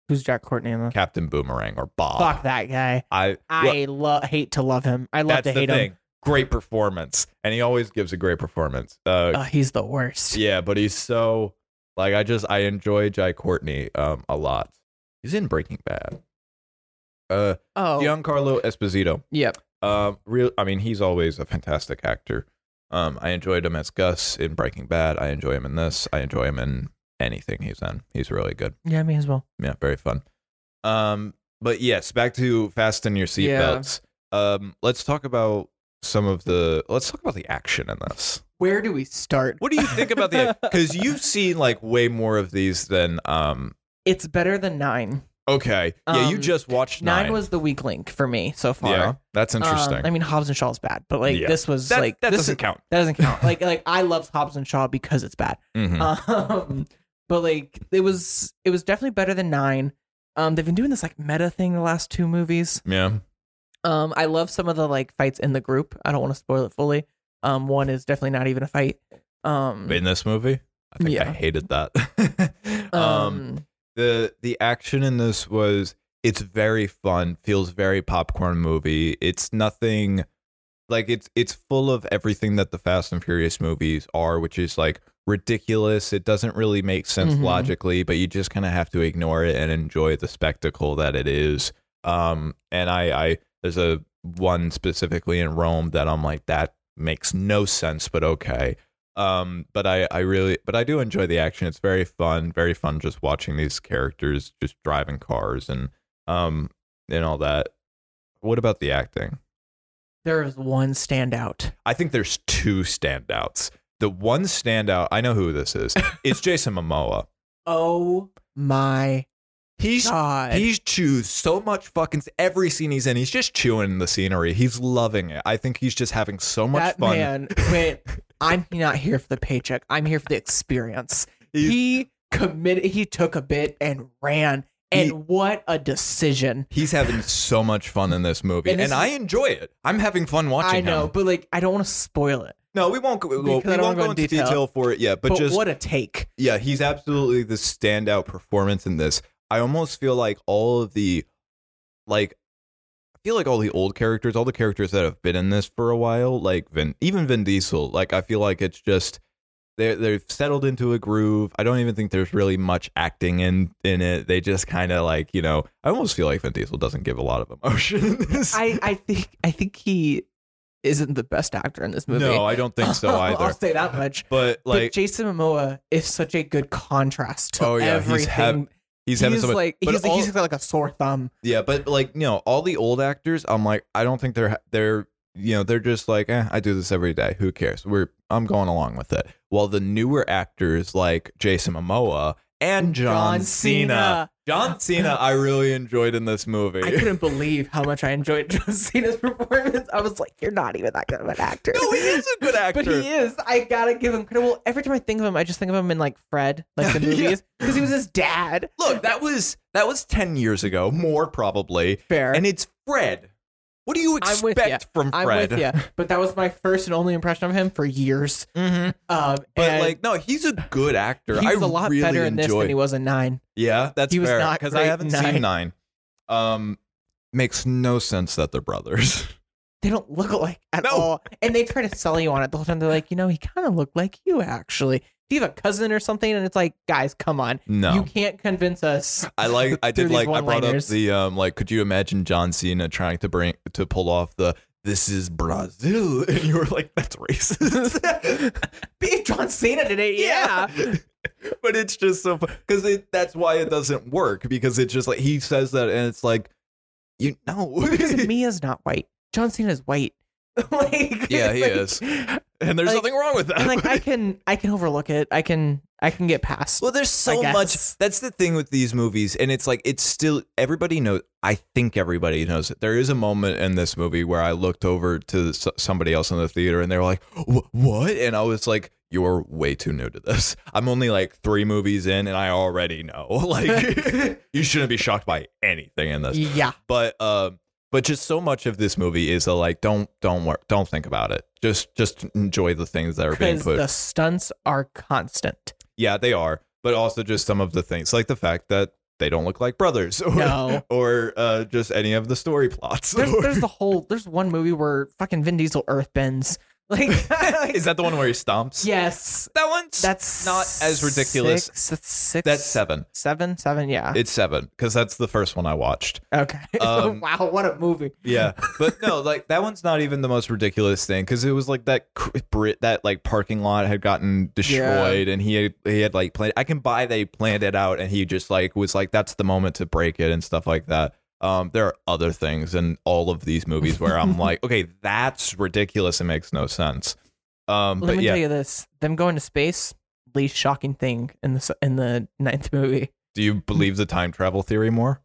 Who's Jack Courtney in the
Captain Boomerang or Bob.
Fuck that guy.
I well,
I lo- hate to love him. I love
that's
to
the
hate
thing.
him.
Great performance. And he always gives a great performance. Uh
Uh, he's the worst.
yeah, but he's so like I just I enjoy Jai Courtney um a lot. He's in Breaking Bad. Uh
Oh,
Giancarlo Esposito.
yep.
Um, real. I mean, he's always a fantastic actor. Um, I enjoyed him as Gus in Breaking Bad. I enjoy him in this. I enjoy him in anything he's in. He's really good.
Yeah, me as well.
Yeah, very fun. Um, but yes, back to fasten your
Yeah.
seatbelts. Um, let's talk about some of the. Let's talk about the action in this.
Where do we start?
What do you think about the? Because you've seen like way more of these than. Um,
It's better than nine.
okay, yeah, you
Um,
just watched
Nine,
nine.
was the weak link for me so far.
yeah, that's
Um,
interesting.
I mean, Hobbs and Shaw's bad, but like
Yeah.
this was
that,
like
that
this
doesn't
is-
count.
that doesn't count. like like I love Hobbs and Shaw because it's bad.
Mhm.
Um, but like it was it was definitely better than nine. Um, they've been doing this like meta thing the last two movies.
yeah.
Um, I love some of the like fights in the group. I don't want to spoil it fully. Um, one is definitely not even a fight. Um,
in this movie. I think I
Yeah.
hated that. um,
um,
the the action in this was it's very fun feels very popcorn movie it's nothing like it's it's full of everything that the fast and furious movies are which is like ridiculous it doesn't really make sense
Mhm.
logically but you just kind of have to ignore it and enjoy the spectacle that it is um and i i there's a one specifically in rome that i'm like that makes no sense but okay um but i i really but i do enjoy the action it's very fun very fun just watching these characters just driving cars and um and all that what about the acting
there is one standout.
i think there's two standouts the one standout i know who this is it's jason momoa
Oh my
he's
god!
He's chews so much fucking every scene he's in. He's just chewing the scenery. He's loving it. I think he's just having so much
that
fun.
man went. I'm not here for the paycheck. I'm here for the experience.
He's-
he committed. He took a bit and ran. And
He-
what a decision!
He's having so much fun in this movie, and,
And this
I
is-
enjoy it. I'm having fun watching.
I know,
him.
but like, I don't want to spoil it.
No, we won't. go- We, won't-
Because I
we
don't
won't
wanna
go
go
into
in
detail.
detail.
for it yet. But,
But
just
what a take!
yeah, he's absolutely the standout performance in this. I almost feel like all of the, like, I feel like all the old characters, all the characters that have been in this for a while, like Vin, even Vin Diesel. Like, I feel like it's just they they've settled into a groove. I don't even think there's really much acting in in it. They just kind of like you know. I almost feel like Vin Diesel doesn't give a lot of emotion in this.
I, I think I think he isn't the best actor in this movie.
No, I don't think so
I'll
either.
say that much.
but like
but Jason Momoa is such a good contrast to
Oh, yeah, he's
everything.
hav- he's having so much,
like
but
he's,
all-
he's got like a sore thumb.
yeah, but like you know, all the old actors, I'm like, I don't think they're they're you know they're just like, eh, I do this every day. Who cares? We're I'm going along with it. While the newer actors like Jason Momoa and John, Cena. John Cena, I really enjoyed in this movie.
I couldn't believe how much I enjoyed John Cena's performance. I was like, "You're not even that good of an actor."
no, he is a good actor.
but he is. I gotta give him credit. Well, every time I think of him, I just think of him in like Fred, like the
Yeah.
movies, because he was his dad.
Look, that was that was ten years ago, more probably,
Fair.
and it's Fred. What do you
I'm with
expect from
I'm
Fred?
with you. But that was my first and only impression of him for years.
Mhm.
Um,
But
and
like, no, he's a good actor.
he
I
was a lot
really
better in this
enjoy.
than he was in Nine.
Yeah, that's
He was
fair
not
because I
great
haven't
in
seen nine. Um, makes no sense that they're brothers.
They don't look alike at
No.
all, and they try to sell you on it the whole time. They're like, you know, he kind of looked like you actually. Do you have a cousin or something? And it's like, guys, come on,
No,
you can't convince us.
I like. I
through
did
these
like. I brought up
one-liners.
the um. Like, could you imagine John Cena trying to bring to pull off the "This is Brazil" and you were like, "That's racist."
Be John Cena today, yeah.
but it's just so because it that's why it doesn't work because it's just like he says that and it's like you know
because Mia's not white. John Cena is white. like,
yeah he
like-
is and there's
like-
nothing wrong with that
And like I can I can overlook it. I can I can get past.
Well, there's so
I
much.
guess.
That's the thing with these movies, and it's like it's still everybody knows. I think everybody knows it. There is a moment in this movie where I looked over to s- somebody else in the theater, and they were like, "Wh- "What?" And I was like, "You're way too new to this. I'm only like three movies in, and I already know. Like, you shouldn't be shocked by anything in this."
Yeah.
But um, but just so much of this movie is a like, don't don't work, don't think about it. Just just enjoy the things that are being
Because
put
the stunts are constant.
yeah, they are, but also just some of the things, like the fact that they don't look like brothers, or,
No.
or uh, just any of the story plots.
There's
Or-
there's the whole there's one movie where fucking Vin Diesel earth bends. Like, like-
is that the one where he stomps?
yes.
that one's
That's
Not as ridiculous.
Six, that's six.
that's seven.
Seven, seven, yeah.
It's seven because that's the first one I watched.
okay.
um,
wow, what a movie.
Yeah, but no, like that one's not even the most ridiculous thing because it was like that cr- Brit that like parking lot had gotten destroyed and he had, he had like planned. I can buy they planned it out and he just like was like that's the moment to break it and stuff like that. Um, there are other things in all of these movies where I'm like, okay, that's ridiculous. It makes no sense. Um,
Let
but
me
yeah,
tell you this: them going to space, least shocking thing in the s- in the ninth movie.
do you believe the time travel theory more?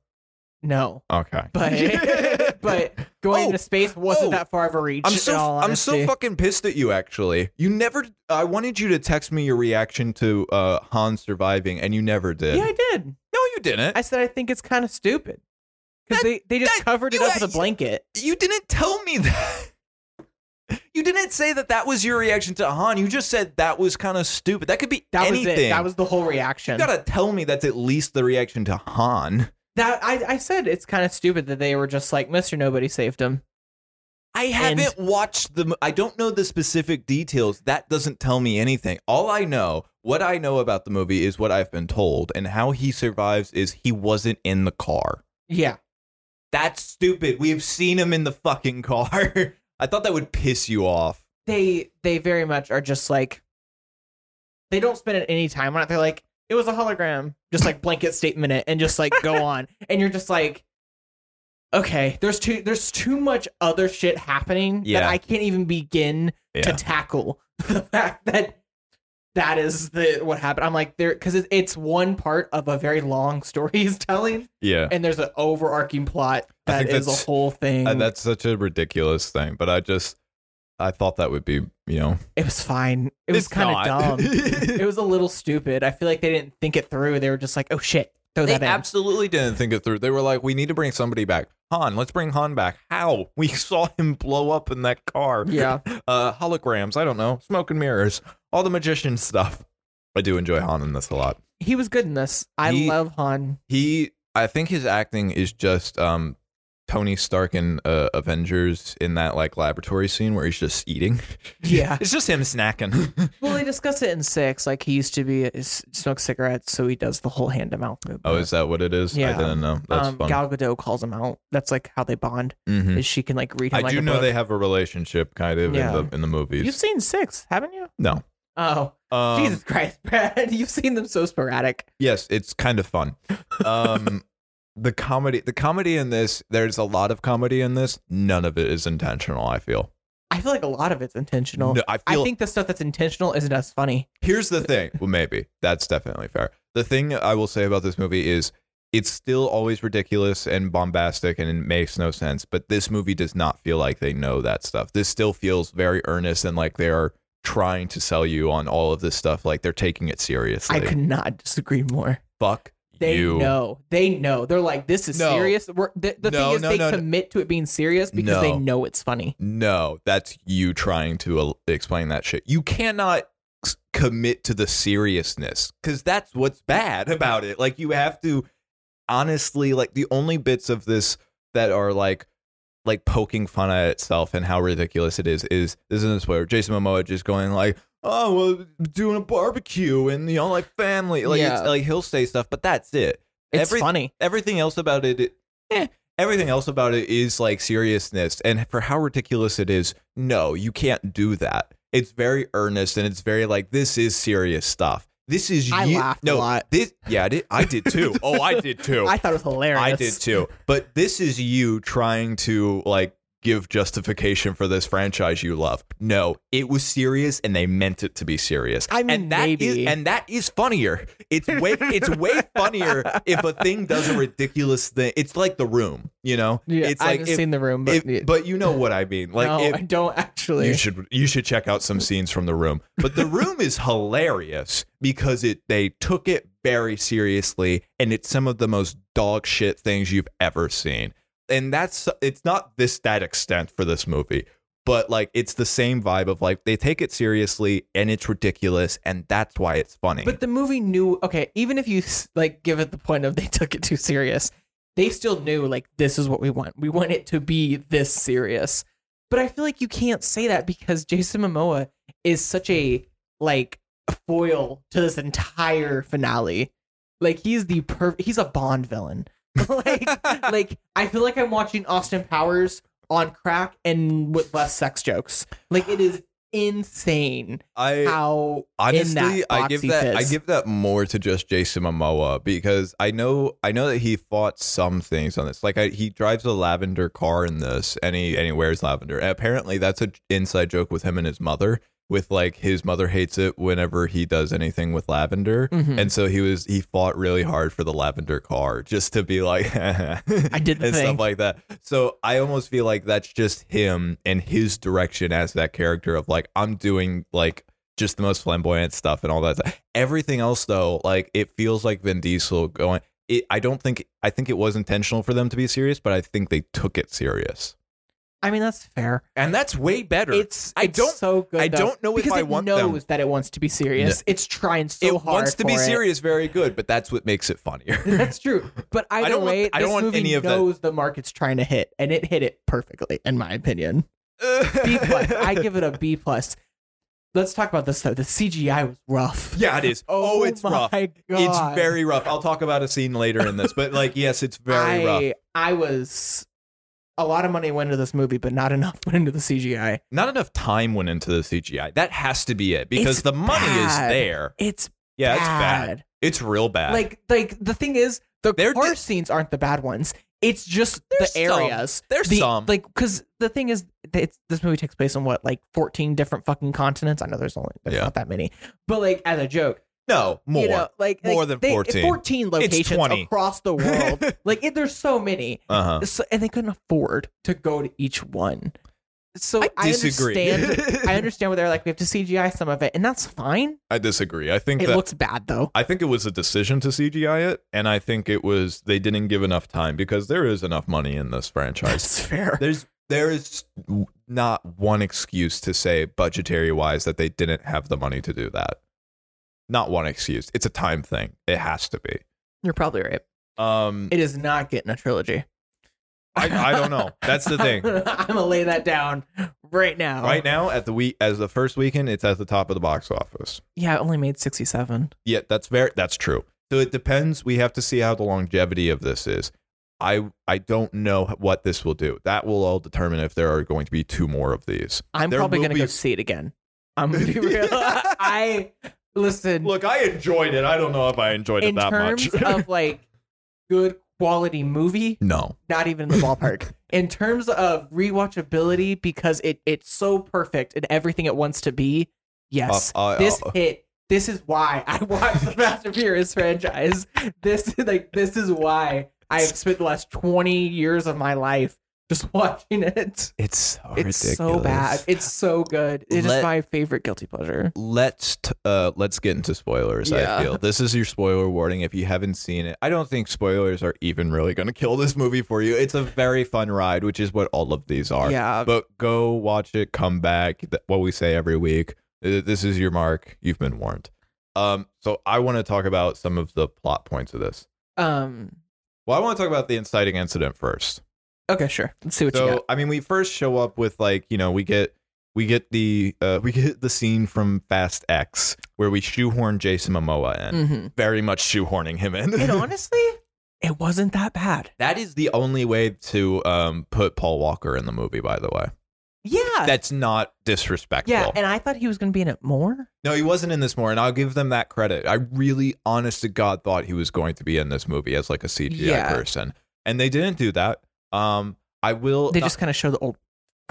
No,
Okay,
But- but going
Oh,
into space wasn't
oh,
that far of a reach.
I'm
in
so
all
I'm so
honesty.
fucking pissed at you. Actually, you never. I wanted you to text me your reaction to uh, Han surviving, and you never did.
Yeah, I did.
no, you didn't.
I said I think it's kind of stupid. because they, they just
that-
covered it
you
up with a
act-
blanket.
You didn't tell me that. You didn't say that that was your reaction to Han. You just said that was kind of stupid. That could be
That
anything.
was it. That was the whole reaction.
You gotta tell me that's at least the reaction to Han.
that I, I said it's kind of stupid that they were just like Mister Nobody saved him.
I haven't watched the. mo- I don't know the specific details. That doesn't tell me anything. All I know, what I know about the movie, is what I've been told, and how he survives is he wasn't in the car.
Yeah,
That's stupid. We've seen him in the fucking car. I thought that would piss you off.
they they very much are just like they don't spend any time on it. They're like it was a hologram, just like blanket statement it, and just like go on, and you're just like. Okay, there's too there's too much other shit happening
Yeah.
that I can't even begin to
Yeah.
tackle the fact that that is the what happened. I'm like there because it's one part of a very long story he's telling,
Yeah.
and there's an overarching plot
I
that
think
is a
that's-
whole thing.
And Uh, that's such a ridiculous thing. But I just, I thought that would be, you know,
it was fine. It was kind of dumb. it was a little stupid. I feel like they didn't think it through. They were just like, oh shit, throw
they
that in.
absolutely didn't think it through. They were like, we need to bring somebody back. Han, let's bring Han back. How? We saw him blow up in that car.
yeah,
Uh, holograms. I don't know. Smoke and mirrors. All the magician stuff. I do enjoy Han in this a lot.
he was good in this. I
He-
love Han.
He, I think his acting is just um, Tony Stark in uh, Avengers in that like laboratory scene where he's just eating.
Yeah.
it's just him snacking.
Well, they discuss it in six. Like he used to be uh, smoke cigarettes, so he does the whole hand to mouth movement.
Oh, is that what it is? I
Yeah.
didn't know. That's
um,
fun.
Gal Gadot calls him out. That's like how they bond.
Mhm.
Is she can like read him.
I
like
do
a
know
book.
they have a relationship, kind of,
Yeah.
in the in the movies.
You've seen six, haven't you?
no,
Oh,
um,
Jesus Christ, Brad! You've seen them so sporadic.
yes, it's kind of fun. Um, the comedy, the comedy in this, there's a lot of comedy in this. None of it is intentional. I feel.
I feel like a lot of it's intentional.
No, I
I
feel.
think the stuff that's intentional isn't as funny.
here's the thing. Well, maybe that's definitely fair. The thing I will say about this movie is. It's still always ridiculous and bombastic, and it makes no sense. But this movie does not feel like they know that stuff. This still feels very earnest and like they are trying to sell you on all of this stuff. Like they're taking it seriously.
I could not disagree more.
fuck
They
you.
know. They know. They're like, this is
No.
serious. We're, the the
No,
thing is,
no,
they
no, no.
commit to it being serious because they
No.
know it's funny.
No, that's you trying to uh, explain that shit. You cannot s- commit to the seriousness because that's what's bad about it. Like you have to honestly, like the only bits of this that are like like poking fun at itself and how ridiculous it is is this isn't a spoiler. Jason Momoa just going like, oh, well, doing a barbecue and you know, like family, like it's,
Yeah.
like he'll say stuff, but that's it.
It's
Every-
funny.
everything else about it eh, everything else about it is like seriousness and for how ridiculous it is no you can't do that it's very earnest and it's very like this is serious stuff this is
I
you
laughed
no
a lot.
this yeah I did, I did too oh i did too
I thought it was hilarious.
I did too but this is you trying to like give justification for this franchise you love no it was serious and they meant it to be serious
I mean,
and that is-
maybe.
and that is funnier. It's way it's way funnier if a thing does a ridiculous thing. It's like the room, you know.
Yeah,
it's
I
like
haven't
if-
seen the room, but
if- but you know what I mean. Like
no,
if-
I don't actually.
you should you should check out some scenes from the room. But the room is hilarious because it they took it very seriously and it's some of the most dog shit things you've ever seen. And that's it's not this that extent for this movie, but like it's the same vibe of like they take it seriously and it's ridiculous and that's why it's funny.
But the movie knew. Okay, even if you s- like give it the point of they took it too serious, they still knew like this is what we want. We want it to be this serious. But I feel like you can't say that because Jason Momoa is such a like foil to this entire finale. Like he's the per he's a Bond villain. like like I feel like I'm watching Austin Powers on crack and with less sex jokes. Like it is insane
I
how in that
honestly i
box
give
he
that i
fits.
give that more to just jason momoa because i know i know that he fought some things on this like I, he drives a lavender car in this and he and he wears lavender and apparently that's an inside joke with him and his mother with like his mother hates it whenever he does anything with lavender
Mhm.
and so he was he fought really hard for the lavender car just to be like i
did the
and
thing.
stuff like that. So I almost feel like that's just him and his direction as that character of like I'm doing like just the most flamboyant stuff and all that. Everything else though, like it feels like Vin Diesel going, it, I don't think I think it was intentional for them to be serious, but I think they took it serious,
I mean, that's fair.
and that's way better.
It's
I
it's
don't-
so good.
I
though,
don't know if
because
I
it
want
knows
them-
that it wants to be serious. It's trying so
it
hard.
wants to be
for it.
serious, very good, but that's what makes it funnier.
That's true. But either
don't want-
way,
I
this
don't want
movie
any of that-
knows the market's trying to hit, and it hit it perfectly, in my opinion. B plus. I give it a B plus. Let's talk about this though. The CGI was rough.
yeah, it is. Oh, it's
my
rough.
God.
It's very rough. I'll talk about a scene later in this, but like, yes, it's very
I,
rough.
I was a lot of money went into this movie, but not enough went into the CGI.
Not enough time went into the CGI. That has to be it because
It's
the money is
bad.
there.
It's
Yeah, it's bad.
bad.
It's real bad.
Like like the thing is, the
They're
car
di-
scenes aren't the bad ones. It's just
There's
the
some.
areas.
there's
the,
some
like because the thing is that it's, this movie takes place on what like 14 different fucking continents i know there's only there's
Yeah.
not that many but like as a joke
no more.
you know like
More
like,
than
they-
14.
14 locations
20.
across the world like it, there's so many
uh huh.
so, and they couldn't afford to go to each one so i,
I disagree.
understand i understand where they're like we have to cgi some of it and that's fine
I disagree. I think
it
that
looks bad though
I think it was a decision to CGI it, and I think it was they didn't give enough time because there is enough money in this franchise.
that's fair
There's there is not one excuse to say budgetary wise that they didn't have the money to do that. Not one excuse. It's a time thing. It has to be.
you're probably right
Um,
it is not getting a trilogy
I, I don't know. That's the thing.
i'm gonna lay that down right now
Right now, at the week as the first weekend, it's at the top of the box office.
Yeah, it only made 67.
Yeah, that's very that's true. So it depends. We have to see how the longevity of this is. I I don't know what this will do. That will all determine if there are going to be two more of these.
I'm
There
probably
will
going to go
be-
see it again. I'm going to be real. I listen
Look, I enjoyed it. I don't know if I enjoyed
in terms of like good quality movie,
no.
not even in the ballpark. in terms of rewatchability because it it's so perfect in everything it wants to be. Yes.
Uh, uh,
this
uh,
hit this is why I watched the Fast and Furious franchise. This like this is why I have spent the last 20 years of my life just watching it.
it's so
It's so bad. It's so good. It is
Let-
my favorite guilty pleasure.
Let's t- uh let's get into spoilers.
Yeah.
I feel this is your spoiler warning. If you haven't seen it, I don't think spoilers are even really going to kill this movie for you. It's a very fun ride, which is what all of these are.
Yeah.
but go watch it come back Th- what we say every week Uh, this is your mark you've been warned um so i want to talk about some of the plot points of this
Um.
well i want to talk about the inciting incident first
Okay, sure. Let's see what you
so
got.
i mean we first show up with like you know we get we get the uh, we get the scene from fast x where we shoehorn jason momoa in
Mm-hmm.
very much shoehorning him in
And honestly, it wasn't that bad.
that is the only way to um, put paul walker in the movie by the way
Yeah.
that's not disrespectful
Uh, yeah. And I thought he was going to be in it more.
No, he wasn't in this more, and I'll give them that credit. I really, honest to God, thought he was going to be in this movie as like a CGI
Yeah.
person, and they didn't do that. Um, I will,
They just kind of show the old.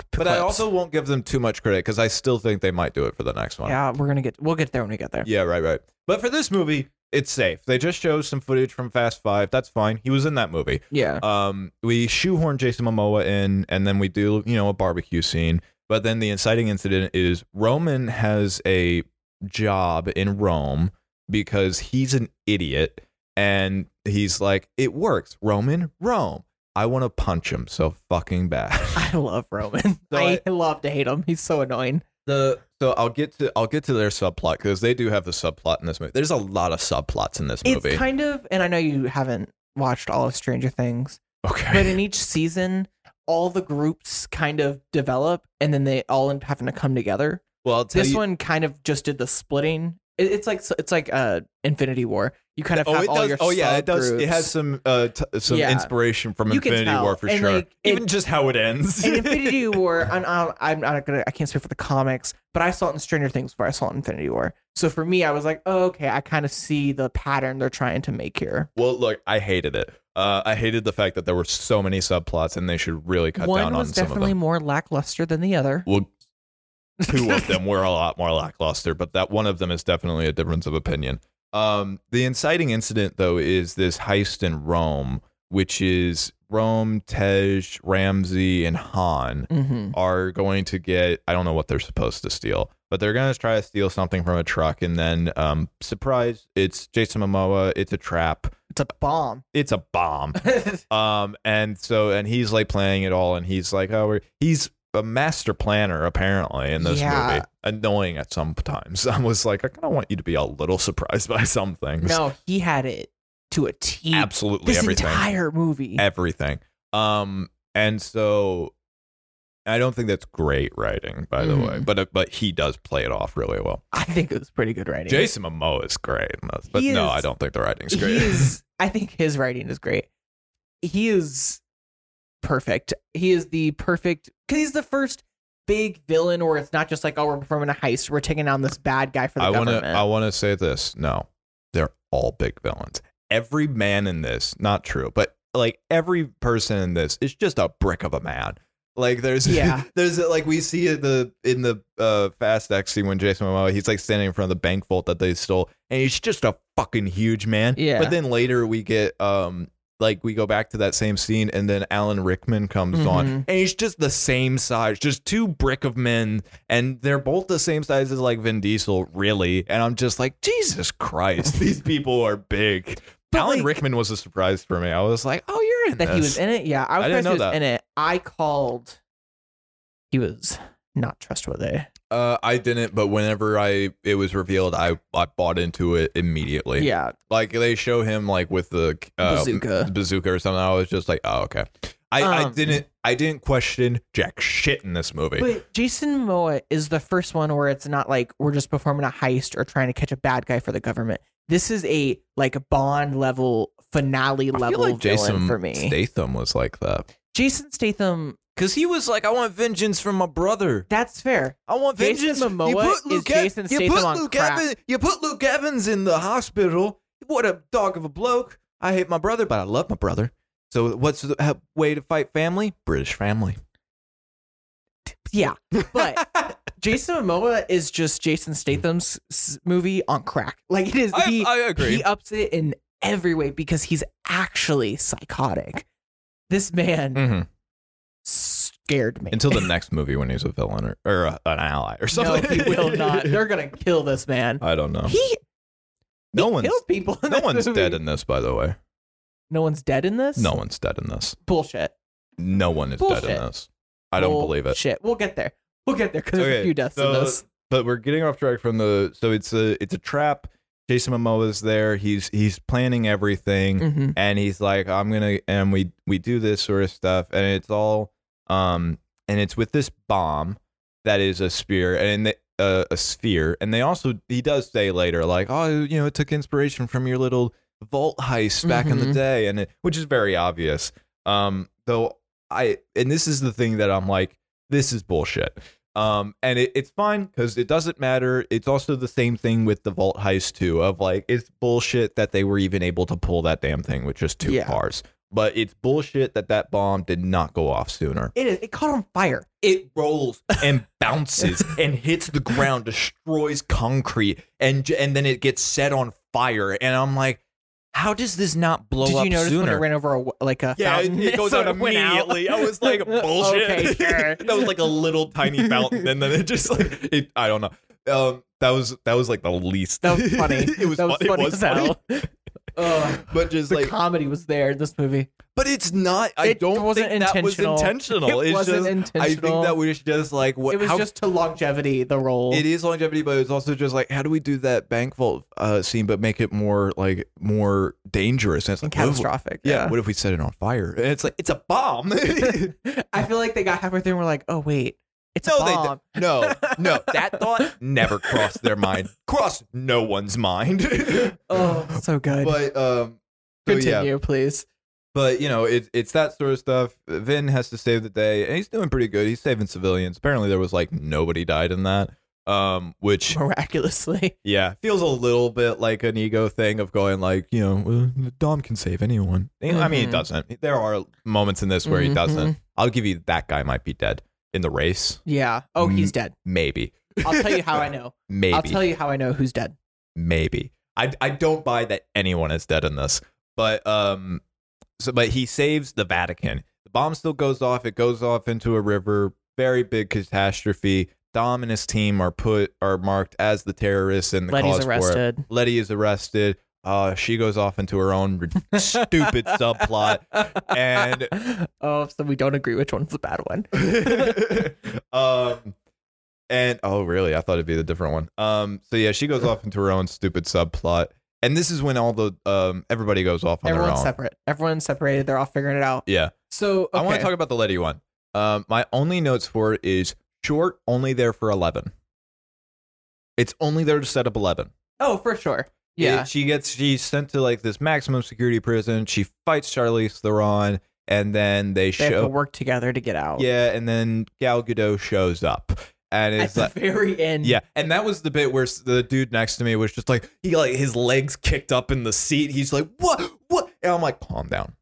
p-
but I
clips.
also won't give them too much credit because I still think they might do it for the next one.
Yeah, we're gonna get. We'll get there when we get there.
yeah, right, right. But for this movie, it's safe. They just show some footage from Fast Five. That's fine. He was in that movie.
Yeah.
Um, we shoehorn Jason Momoa in, and then we do you know a barbecue scene. But then the inciting incident is Roman has a job in Rome because he's an idiot, and he's like, "It works, Roman, Rome." I want to punch him so fucking bad.
I love Roman.
So
I,
I-
love to hate him. He's so annoying.
the so I'll get to I'll get to their subplot because they do have the subplot in this movie. There's a lot of subplots in this movie.
It's kind of, and I know you haven't watched all of Stranger Things, but
okay,
in each season, all the groups kind of develop, and then they all end up having to come together.
well, I'll tell
this
you-
one kind of just did the splitting. It, it's like it's like uh Infinity War. You kind of
Oh,
have
it
all
does.
your
oh, yeah, it does. It
subgroups.
has some uh, t- some
Yeah.
inspiration from
You can
Infinity War
tell.
for
And,
sure.
like, it-
Even just how it ends.
in Infinity War, I'm, I'm, I'm not gonna. I can't speak for the comics, but I saw it in Stranger Things before I saw it in Infinity War. So for me, I was like, oh, okay, I kind of see the pattern they're trying to make here.
well, look, I hated it. Uh, I hated the fact that there were so many subplots, and they should really cut
One
down on
was
some of
definitely
them.
more lackluster than the other.
Well, two of them were a lot more lackluster, but that one of them is definitely a difference of opinion. Um, the inciting incident, though, is this heist in Rome, which is Rome, Tej, Ramsey, and Han.
hmm
are going to get I don't know what they're supposed to steal, but they're going to try to steal something from a truck and then um surprise, it's Jason Momoa, it's a trap.
It's a bomb.
it's a bomb. Um, and so and he's like playing it all, and he's like, oh, we're, he's a master planner apparently in this
Yeah.
movie. Annoying at some times. I was like, I kind of want you to be a little surprised by some things.
no, he had it to a T.
absolutely
This
everything,
entire movie.
everything. Um, and so I don't think that's great writing, by the way,
Mhm.
but uh, but he does play it off really well.
I think it was pretty good writing.
Jason Momoa is great, in this, but
He
no,
is-
I don't think the writing's
he
great.
is i think his writing is great he is perfect he is the perfect because he's the first big villain or it's not just like oh we're performing a heist we're taking down this bad guy for the
I want
government
to. I want to say this. No, they're all big villains. Every man in this, not true, but like every person in this is just a brick of a man. Like there's,
Yeah.
there's like we see it the in the uh, Fast X scene when Jason Momoa he's like standing in front of the bank vault that they stole, and he's just a fucking huge man.
Yeah.
But then later we get um like we go back to that same scene, and then Alan Rickman comes on,
Mhm.
and he's just the same size, just two brick of men and they're both the same size as like Vin Diesel, really. And I'm just like, Jesus Christ, these people are big.
But,
Alan
like-
Rickman was a surprise for me. I was like, oh, you're in
that
this.
he was in it yeah i was
I didn't
surprised he was
know
in it i called he was not trustworthy
Uh, I didn't, but whenever I it was revealed, I I bought into it immediately.
yeah
like they show him like with the uh,
Bazooka.
bazooka or something. I was just like, oh, okay. I, I
Um,
didn't I didn't question jack shit in this movie.
but jason momoa is the first one where it's not like we're just performing a heist or trying to catch a bad guy for the government this is a like a bond level finale
I
level
feel like
villain
Jason
for me
Statham was like that
Jason Statham,
because he was like, I want vengeance from my brother.
that's fair.
I want
Jason
vengeance. you
Momoa
put
is
Luke
Jason
you
Statham
put
on
Luke
crack.
Evans, You put Luke Evans in the hospital. What a dog of a bloke. I hate my brother, but I love my brother. So what's the uh, way to fight family? British family.
Yeah. But Jason Momoa is just Jason Statham's s- movie on crack. Like it is he he ups it in every way because he's actually psychotic. This man
Mhm.
scared me.
Until the next movie when he's a villain or, or a, an ally or
no,
something.
he will not. They're gonna kill this man.
I don't know.
He
no
he
one's
killed people. in
no
this
one's
movie.
dead in this, by the way.
No one's dead in this.
No one's dead in this.
bullshit.
No one is dead in
Bullshit.
this. I don't believe it.
Shit, we'll get there. We'll get there because there's
Okay,
a few deaths in
so-
this.
but we're getting off track from the so it's a it's a trap jason momoa's there he's he's planning everything
hmm
and he's like i'm gonna and we we do this sort of stuff and it's all um and it's with this bomb that is a spear and the, uh, a sphere and they also he does say later like oh you know it took inspiration from your little vault heist back in the
Mhm.
day and it, which is very obvious um though i and this is the thing that i'm like this is bullshit um and it, it's fine because it doesn't matter it's also the same thing with the vault heist too of like it's bullshit that they were even able to pull that damn thing with just two
Yeah.
cars but it's bullshit that that bomb did not go off sooner
It is. It caught on fire.
it rolls and bounces and hits the ground, destroys concrete, and j- and then it gets set on fire. And I'm like, how does this not blow
Did
up
you notice
sooner?
when it ran over a w- like a
yeah, it,
fountain?
it goes
So
out
went out.
immediately. I was like, bullshit.
okay, sure.
that was like a little tiny fountain, and then it just like it, I don't know. Um, that was that was like the least.
That was funny.
it was,
that
fun-
was
it
funny
was
as
funny.
hell. Ugh,
But just
the
like,
comedy was there in this movie.
but it's not. I
It
don't
wasn't
think that was
intentional.
intentional.
It
it's
wasn't
just, I
intentional.
think that was just like what.
it was
how
just to longevity the role.
It is longevity, but it's also just like, how do we do that bank vault uh, scene, but make it more like more dangerous? And it's
and
like what if-
catastrophic.
yeah. What if we set it on fire? And it's like it's a bomb.
I feel like they got halfway through and were like, "Oh wait, it's
No,
a
they
bomb."
no, no, that thought never crossed their mind. Crossed no one's mind.
oh, so good.
but um, so
Continue,
yeah,
please.
but you know, it, it's that sort of stuff. Vin has to save the day, and he's doing pretty good. He's saving civilians. Apparently, there was like nobody died in that. Um, which
Miraculously,
Yeah, feels a little bit like an ego thing of going like, you know, uh, Dom can save anyone. I mean, he
Mhm.
doesn't. There are moments in this where he
Mhm.
doesn't. I'll give you that guy might be dead in the race,
yeah. Oh,
Mm.
he's dead.
maybe,
I'll tell you how I know.
maybe,
I'll tell you how I know who's dead.
maybe. I I don't buy that anyone is dead in this, but um, so but he saves the Vatican. The bomb still goes off. It goes off into a river. Very big catastrophe. Dom and his team are put are marked as the terrorists and the
Letty's
cause for it.
arrested.
Letty is arrested. uh, she goes off into her own r- stupid subplot. And-
oh, so we don't agree which one's the bad one.
um, and oh, really? I thought it'd be the different one. Um, so yeah, she goes off into her own stupid subplot, and this is when all the um everybody goes off on their
Everyone's
own.
separate. Everyone's separated. They're all figuring it out.
Yeah,
So
I want
okay.
to talk about the Letty one. Um, my only notes for it is short, only there for eleven. It's only there to set up eleven.
Oh, for sure.
It-
Yeah.
she gets she's sent to like this maximum security prison. She fights Charlize Theron, and then they,
they have to
show
work together to get out.
yeah, and then Gal Gadot shows up, and
At
it's
the
like.
very end.
Yeah, and that was the bit where s- the dude next to me was just like he like his legs kicked up in the seat. He's like, "What? What?" And I'm like, "Calm down."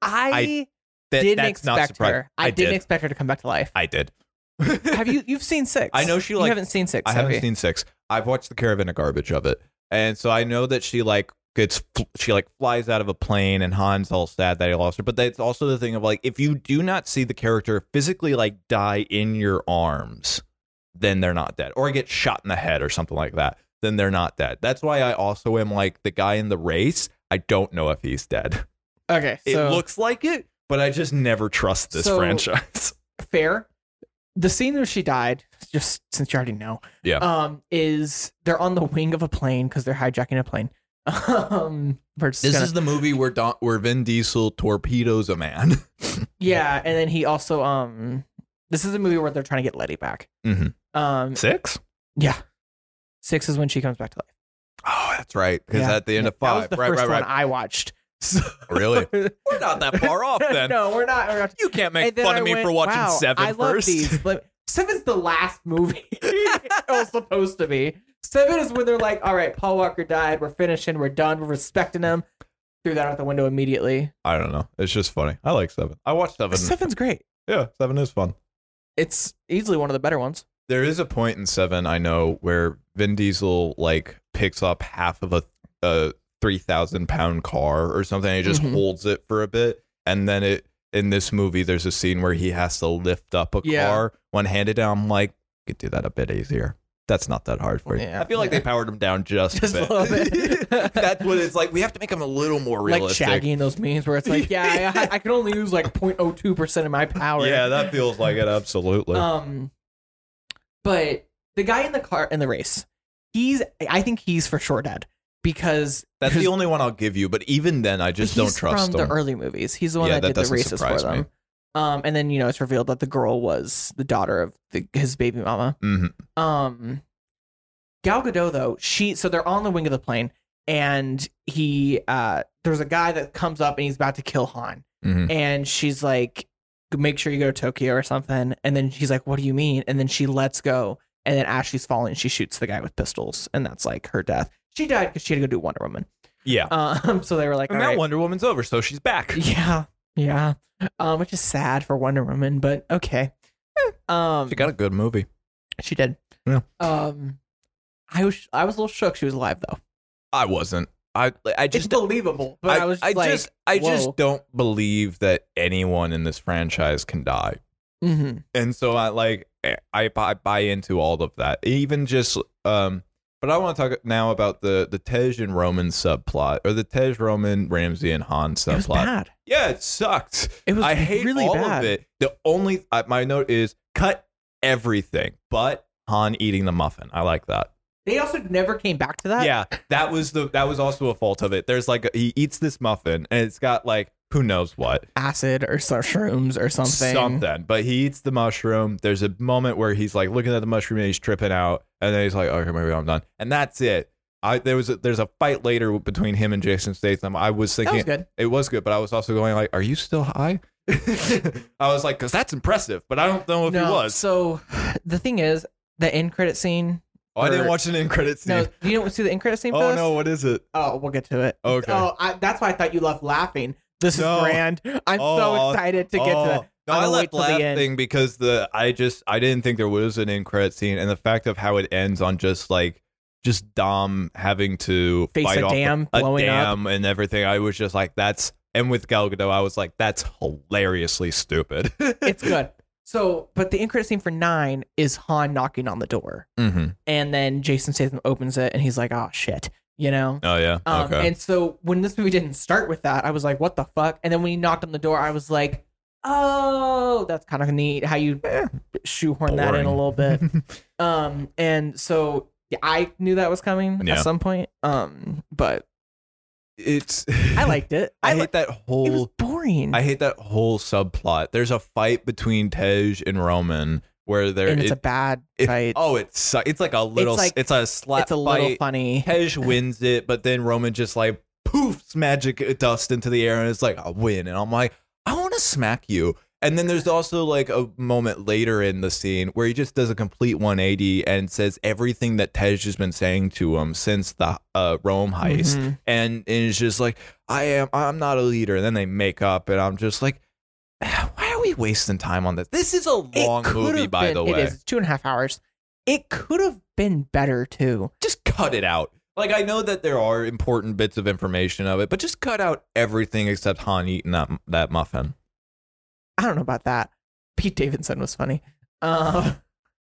I,
That,
didn't
that's not
expect
surprising.
her. I, didn't expect her to come back to life.
I did.
have you? You've seen six.
I know she
you
like.
haven't seen six.
I
have
haven't
you?
seen six. I've watched the caravan of garbage of it, and so I know that she like gets fl- she like flies out of a plane, and Han's all sad that he lost her. But that's also the thing of like if you do not see the character physically like die in your arms, then they're not dead, or get shot in the head or something like that, then they're not dead. That's why I also am like the guy in the race. I don't know if he's dead.
Okay,
It
so
looks like it, but I just never trust this
So-
franchise.
fair. The scene where she died, just since you already know,
Yeah.
um, is they're on the wing of a plane because they're hijacking a plane. um, we're just
This
gonna-
is the movie where Don- where Vin Diesel torpedoes a man.
yeah, and then he also um, this is a movie where they're trying to get Letty back.
Mhm.
Um,
Six.
yeah, six is when she comes back to life.
Oh, that's right. Because
Yeah.
at the end of
That
five,
was the
right,
first
right, right. Oh,
one I watched.
really, we're not that far off then.
no, we're not. We're not.
You can't
And
make
then
fun
I
of me
went,
for watching
wow,
seven
I
first.
love these. Let- Seven's the last movie it was supposed to be. Seven is when they're like, all right, Paul Walker died. We're finishing. We're done. We're respecting him. Threw that out the window immediately.
I don't know. It's just funny. I like seven. I watched seven.
Seven's great.
Yeah, seven is fun.
It's easily one of the better ones.
There is a point in seven I know where Vin Diesel like picks up half of a a three thousand pound car or something. And he just
Mhm.
holds it for a bit, and then it in this movie there's a scene where he has to lift up a
Yeah.
car one handed. And I'm like, you could do that a bit easier. That's not that hard for you.
Yeah.
I feel like they powered him down just,
Just a
a bit.
little bit.
That's what it's like. We have to make him a little more
Like
realistic.
Shaggy in those memes where it's like, yeah, I, I can only use like 0.02% of my power.
yeah, that feels like it absolutely.
Um, but the guy in the car in the race, he's I think he's for sure dead because
That's the only one I'll give you. But even then, I just
he's
don't trust
from
him.
the early movies. He's the one
Yeah,
that,
that
did the
doesn't
races for
surprise me.
them. Um, and then you know it's revealed that the girl was the daughter of the, his baby mama.
Mhm.
Um, Gal Gadot though she so they're on the wing of the plane and he uh there's a guy that comes up and he's about to kill Han
Mhm.
and she's like make sure you go to Tokyo or something and then she's like what do you mean and then she lets go and then as she's falling she shoots the guy with pistols and that's like her death. She died because she had to go do Wonder Woman.
Yeah.
Um, so they were like,
And
"All
now
right."
Wonder Woman's over, so she's back.
Yeah, yeah. Um, which is sad for Wonder Woman, but okay. Um,
Hmm. She got a good movie.
she did.
Yeah.
Um, I was I was a little shook. She was alive though.
I wasn't. I I
It's
just
believable, but I, was just like,
just I
whoa.
just don't believe that anyone in this franchise can die.
mhm.
And so I like eh, I buy, buy into all of that. Even just um but I want to talk now about the the Tej and Roman subplot or the Tej Roman Ramsey and Han
it was
subplot.
bad.
Yeah, it sucked.
It was
I hate
really
all
bad.
of it. The only uh, my note is cut everything, but Han eating the muffin. I like that.
They also never came back to that.
yeah that was the that was also a fault of it there's like he eats this muffin and it's got like who knows what
acid or some shrooms or something.
something but he eats the mushroom there's a moment where he's like looking at the mushroom and he's tripping out and then he's like okay maybe i'm done and that's it I, there was a, there's a fight later between him and Jason Statham. I was
That
thinking
was good.
it was good, but I was also going like, "Are you still high?" I was like, "Cause that's impressive," but I don't know if he was.
So the thing is, the end credit scene.
oh, I didn't
or-
watch an end credits
No,
scene.
you don't see the end credit scene. for
oh
this?
no, what is it?
Oh, we'll get to it.
Okay.
Oh, I, that's why I thought you left laughing. This
No.
is grand. I'm so
Oh,
excited to get to that.
No,
I'm
I
gonna
left
wait till the end.
laughing because the I just I didn't think there was an end credit scene, and the fact of how it ends on just like just Dom having to
Face
fight
a
off
dam,
a
blowing up.
dam and everything. I was just like, that's and with Gal Gadot, I was like, that's hilariously stupid.
It's good. So, but the end credit scene for nine is Han knocking on the door,
Mhm.
and then Jason Statham opens it, and he's like, "Oh shit." you know?
Oh yeah.
Um,
okay.
And so when this movie didn't start with that, I was like, what the fuck? And then when he knocked on the door, I was like, oh, that's kind of neat how you shoehorn that in
Eh. Boring.
a little bit. um, and so yeah, I knew that was coming
Yeah.
at some point. Um, but
it's.
I liked it.
I,
li-
hate that
it was
whole.
boring.
I hate that whole subplot. There's a fight between Tej and Roman where they're.
and it's
it-
a bad
it-
fight.
Oh, it's su- it's like a little.
like-
It's, a slap.
it's a little
fight.
funny.
Tej wins it, but then Roman just like poofs magic dust into the air and it's like, I win. And I'm like, I want to smack you. And then there's also like a moment later in the scene where he just does a complete 180 and says everything that Tej has been saying to him since the uh, Rome heist.
Mhm.
And, and it's just like, I am, I'm not a leader. And then they make up and I'm just like, why are we wasting time on this? This is a
It
long
could
movie,
have
by
been-
the way.
It is two and a half hours. It could have been better too.
just cut it out. Like I know that there are important bits of information of it, but just cut out everything except Han eating that that muffin.
I don't know about that. Pete Davidson was funny. Uh,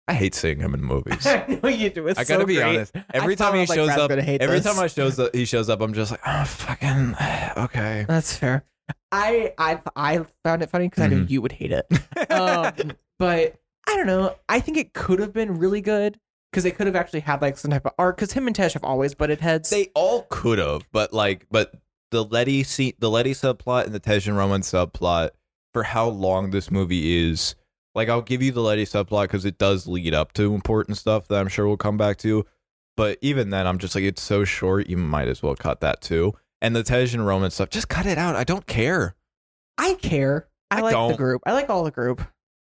I hate seeing him in movies. I
I know you do. It's so
gotta be
great.
honest. Every
I
time
thought I
he
was like,
shows
Brad's
up,
gonna hate
every
this.
time I shows up, he shows up, I'm just like, oh fucking okay.
That's fair. I I I found it funny because I knew
Mhm.
you would hate it. Um, but I don't know. I think it could have been really good because they could have actually had like some type of arc. Because him and Tesh have always butted heads.
they all could have, but like, but the Letty se- the Letty subplot and the Tej and Roman subplot for how long this movie is. Like, I'll give you the Letty subplot because it does lead up to important stuff that I'm sure we'll come back to. But even then, I'm just like, it's so short. You might as well cut that too. And the Tej and Roman stuff, just cut it out. I don't care.
I care. I,
I
like the
don't.
group. I like all the group.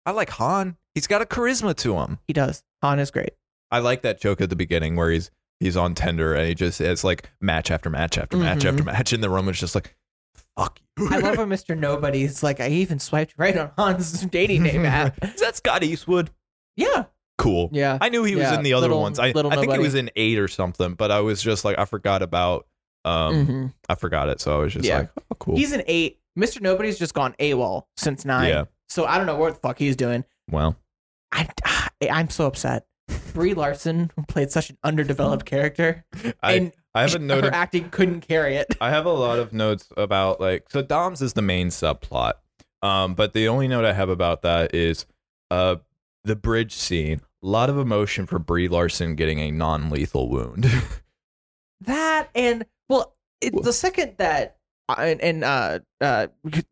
I like Han. He's got a charisma to him.
He does. Han is great.
I like that joke at the beginning where he's he's on Tinder and he just it's like match after match after match
Mhm.
after match, and the Roman's just like, fuck you.
I love when Mr. Nobody's like, I even swiped right on Han's dating name app.
Is that Scott Eastwood?
Yeah.
Cool.
Yeah.
I knew he was
Yeah,
in the other
little-
ones. I, I
little
think he
nobody.
was in eight or something, but I was just like, I forgot about. Um,
Mhm.
I forgot it, so I was just
Yeah.
like, oh, cool.
He's an eight. Mr. Nobody's just gone AWOL since nine.
Yeah.
So I don't know what the fuck he's doing.
well,
I, I, I'm so upset. Brie Larson who played such an underdeveloped character,
I
and
I have a note.
her acting couldn't carry it.
I have a lot of notes about like so Dom's is the main subplot. Um, but the only note I have about that is uh the bridge scene. A lot of emotion for Brie Larson getting a non-lethal wound.
That and well, it, the second that and, and uh uh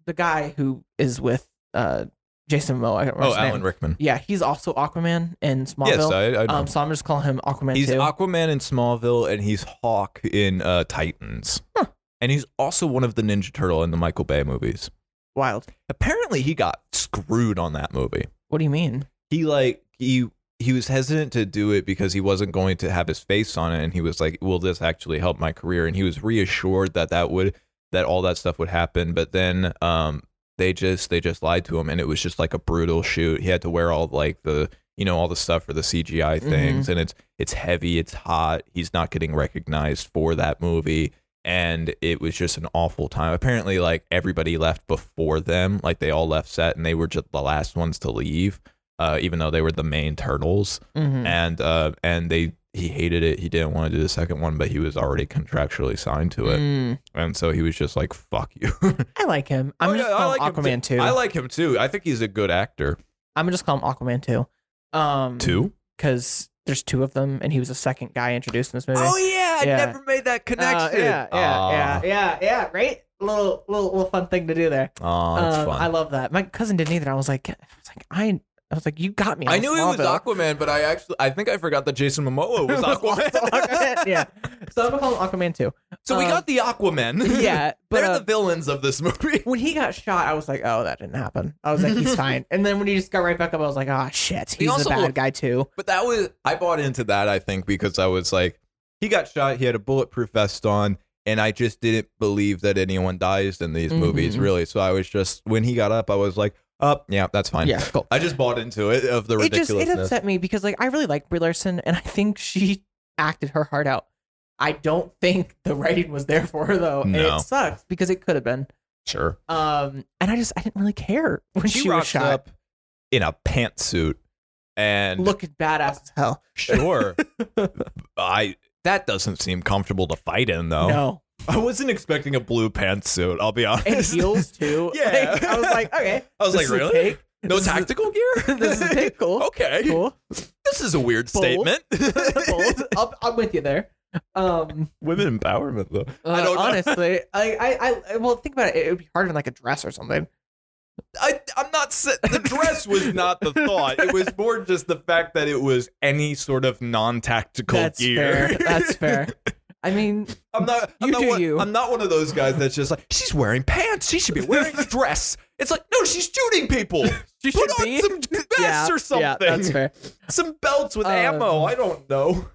the guy who is with uh Jason Momoa, I don't remember
oh,
his
Alan
name.
Rickman.
Yeah, he's also Aquaman in
Yes,
Smallville.
I, I know.
um, so I'm just calling him Aquaman
He's
too.
Aquaman in Smallville, and he's Hawk in uh, Titans.
Huh.
And he's also one of the Ninja Turtle in the Michael Bay movies.
Wild.
Apparently, he got screwed on that movie.
What do you mean?
He like he he was hesitant to do it because he wasn't going to have his face on it, and he was like, "Will this actually help my career?" And he was reassured that that would that all that stuff would happen. But then um, they just they just lied to him, and it was just like a brutal shoot. He had to wear all like the you know all the stuff for the CGI things, and it's it's heavy, it's hot. He's not getting recognized for that movie, and it was just an awful time. Apparently, like everybody left before them, like they all left set, and they were just the last ones to leave, uh, even though they were the main turtles
Mhm.
and uh and they he hated it he didn't want to do the second one but he was already contractually signed to it
Mm.
and so he was just like fuck you
I like him. I'm
Oh,
just
yeah, I
calling
like him
Aquaman too.
i like him too i think he's a good actor
I'm gonna just call him Aquaman too. Um,
too
because there's two of them, and he was the second guy introduced in this movie.
Oh, yeah Ah.
Yeah. never
made that
Uh, yeah, yeah, yeah, yeah, yeah. Right? Little, little, little fun thing to do there.
oh that's
Um,
fun
I
I,
love that. My cousin didn't either. I was like, I was like, I, I was like, you got me. on
knew it was
Smallville.
aquaman but i actually i think i forgot that jason momoa was
It was also
aquaman
Aquaman, yeah. So I'm gonna call him Aquaman too.
so we
Um,
got the aquaman
Yeah, but
they're
uh,
the villains of this movie
when he got shot, I was like, oh, that didn't happen. I was like, he's fine. And then when he just got right back up, I was like, ah, shit,
He
he's
also
a bad
looked-
guy too.
But that was I bought into that I think because I was like he got shot, he had a bulletproof vest on, and I just didn't believe that anyone dies in these
Mhm.
movies really. So I was just when he got up, I was like, "Up, yeah, that's fine."
Yeah, cool.
I just bought into it of the
it just
ridiculousness.
it upset me because like I really like Brie Larson and I think she acted her heart out. I don't think the writing was there for her though,
No.
and it sucks because it could have been.
sure.
Um, and I just I didn't really care when she,
She,
was
rocks
shot.
up in a pantsuit and
Looking badass as hell.
sure. I That doesn't seem comfortable to fight in, though.
No.
I wasn't expecting a blue pantsuit. I'll be honest.
And heels too.
Yeah.
Like, I was like, okay.
I was
this
like,
is a
really?
take.
No
This is a-
tactical gear.
this is a take. Cool.
okay.
Cool.
This is a weird
Bold.
statement.
Bold. I'll- I'm with you there. Um,
Women empowerment, though. I
uh,
don't know.
honestly, I, I, I, I- well, think about it. It would be harder in like a dress or something.
I, I'm not. sa- The dress was not the thought. It was more just the fact that it was any sort of non-tactical
That's
gear.
fair. That's fair. I mean,
I'm not. I'm
You
not
do
one,
you.
I'm not one of those guys that's just like she's wearing pants. She should be wearing a dress. It's like no, she's shooting people.
she
Put
should
on
be.
some vests
yeah,
or something.
Yeah, that's fair.
Some belts with
Um,
ammo. I don't know.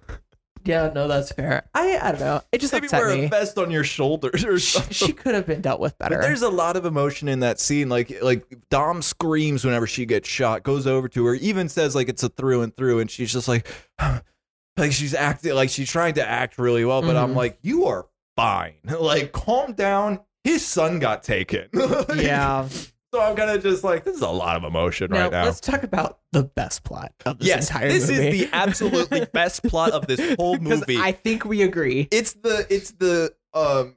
Yeah, no, that's fair. I, I don't know. It just
Maybe
upset
wear
me.
a vest on your shoulders or
She,
something.
she could have been dealt with
But
better.
there's a lot of emotion in that scene. Like like Dom screams whenever she gets shot, goes over to her, even says like it's a through and through, and she's just like like she's acting like she's trying to act really well, but I'm
Mhm.
like, you are fine. Like calm down. His son got taken.
yeah.
So I'm kind of just like, this is a lot of emotion
Now,
right now.
let's talk about the best plot of this
yes,
entire
this
movie.
is the absolutely best plot of this whole
'Cause
movie.
I think we agree.
it's the it's the um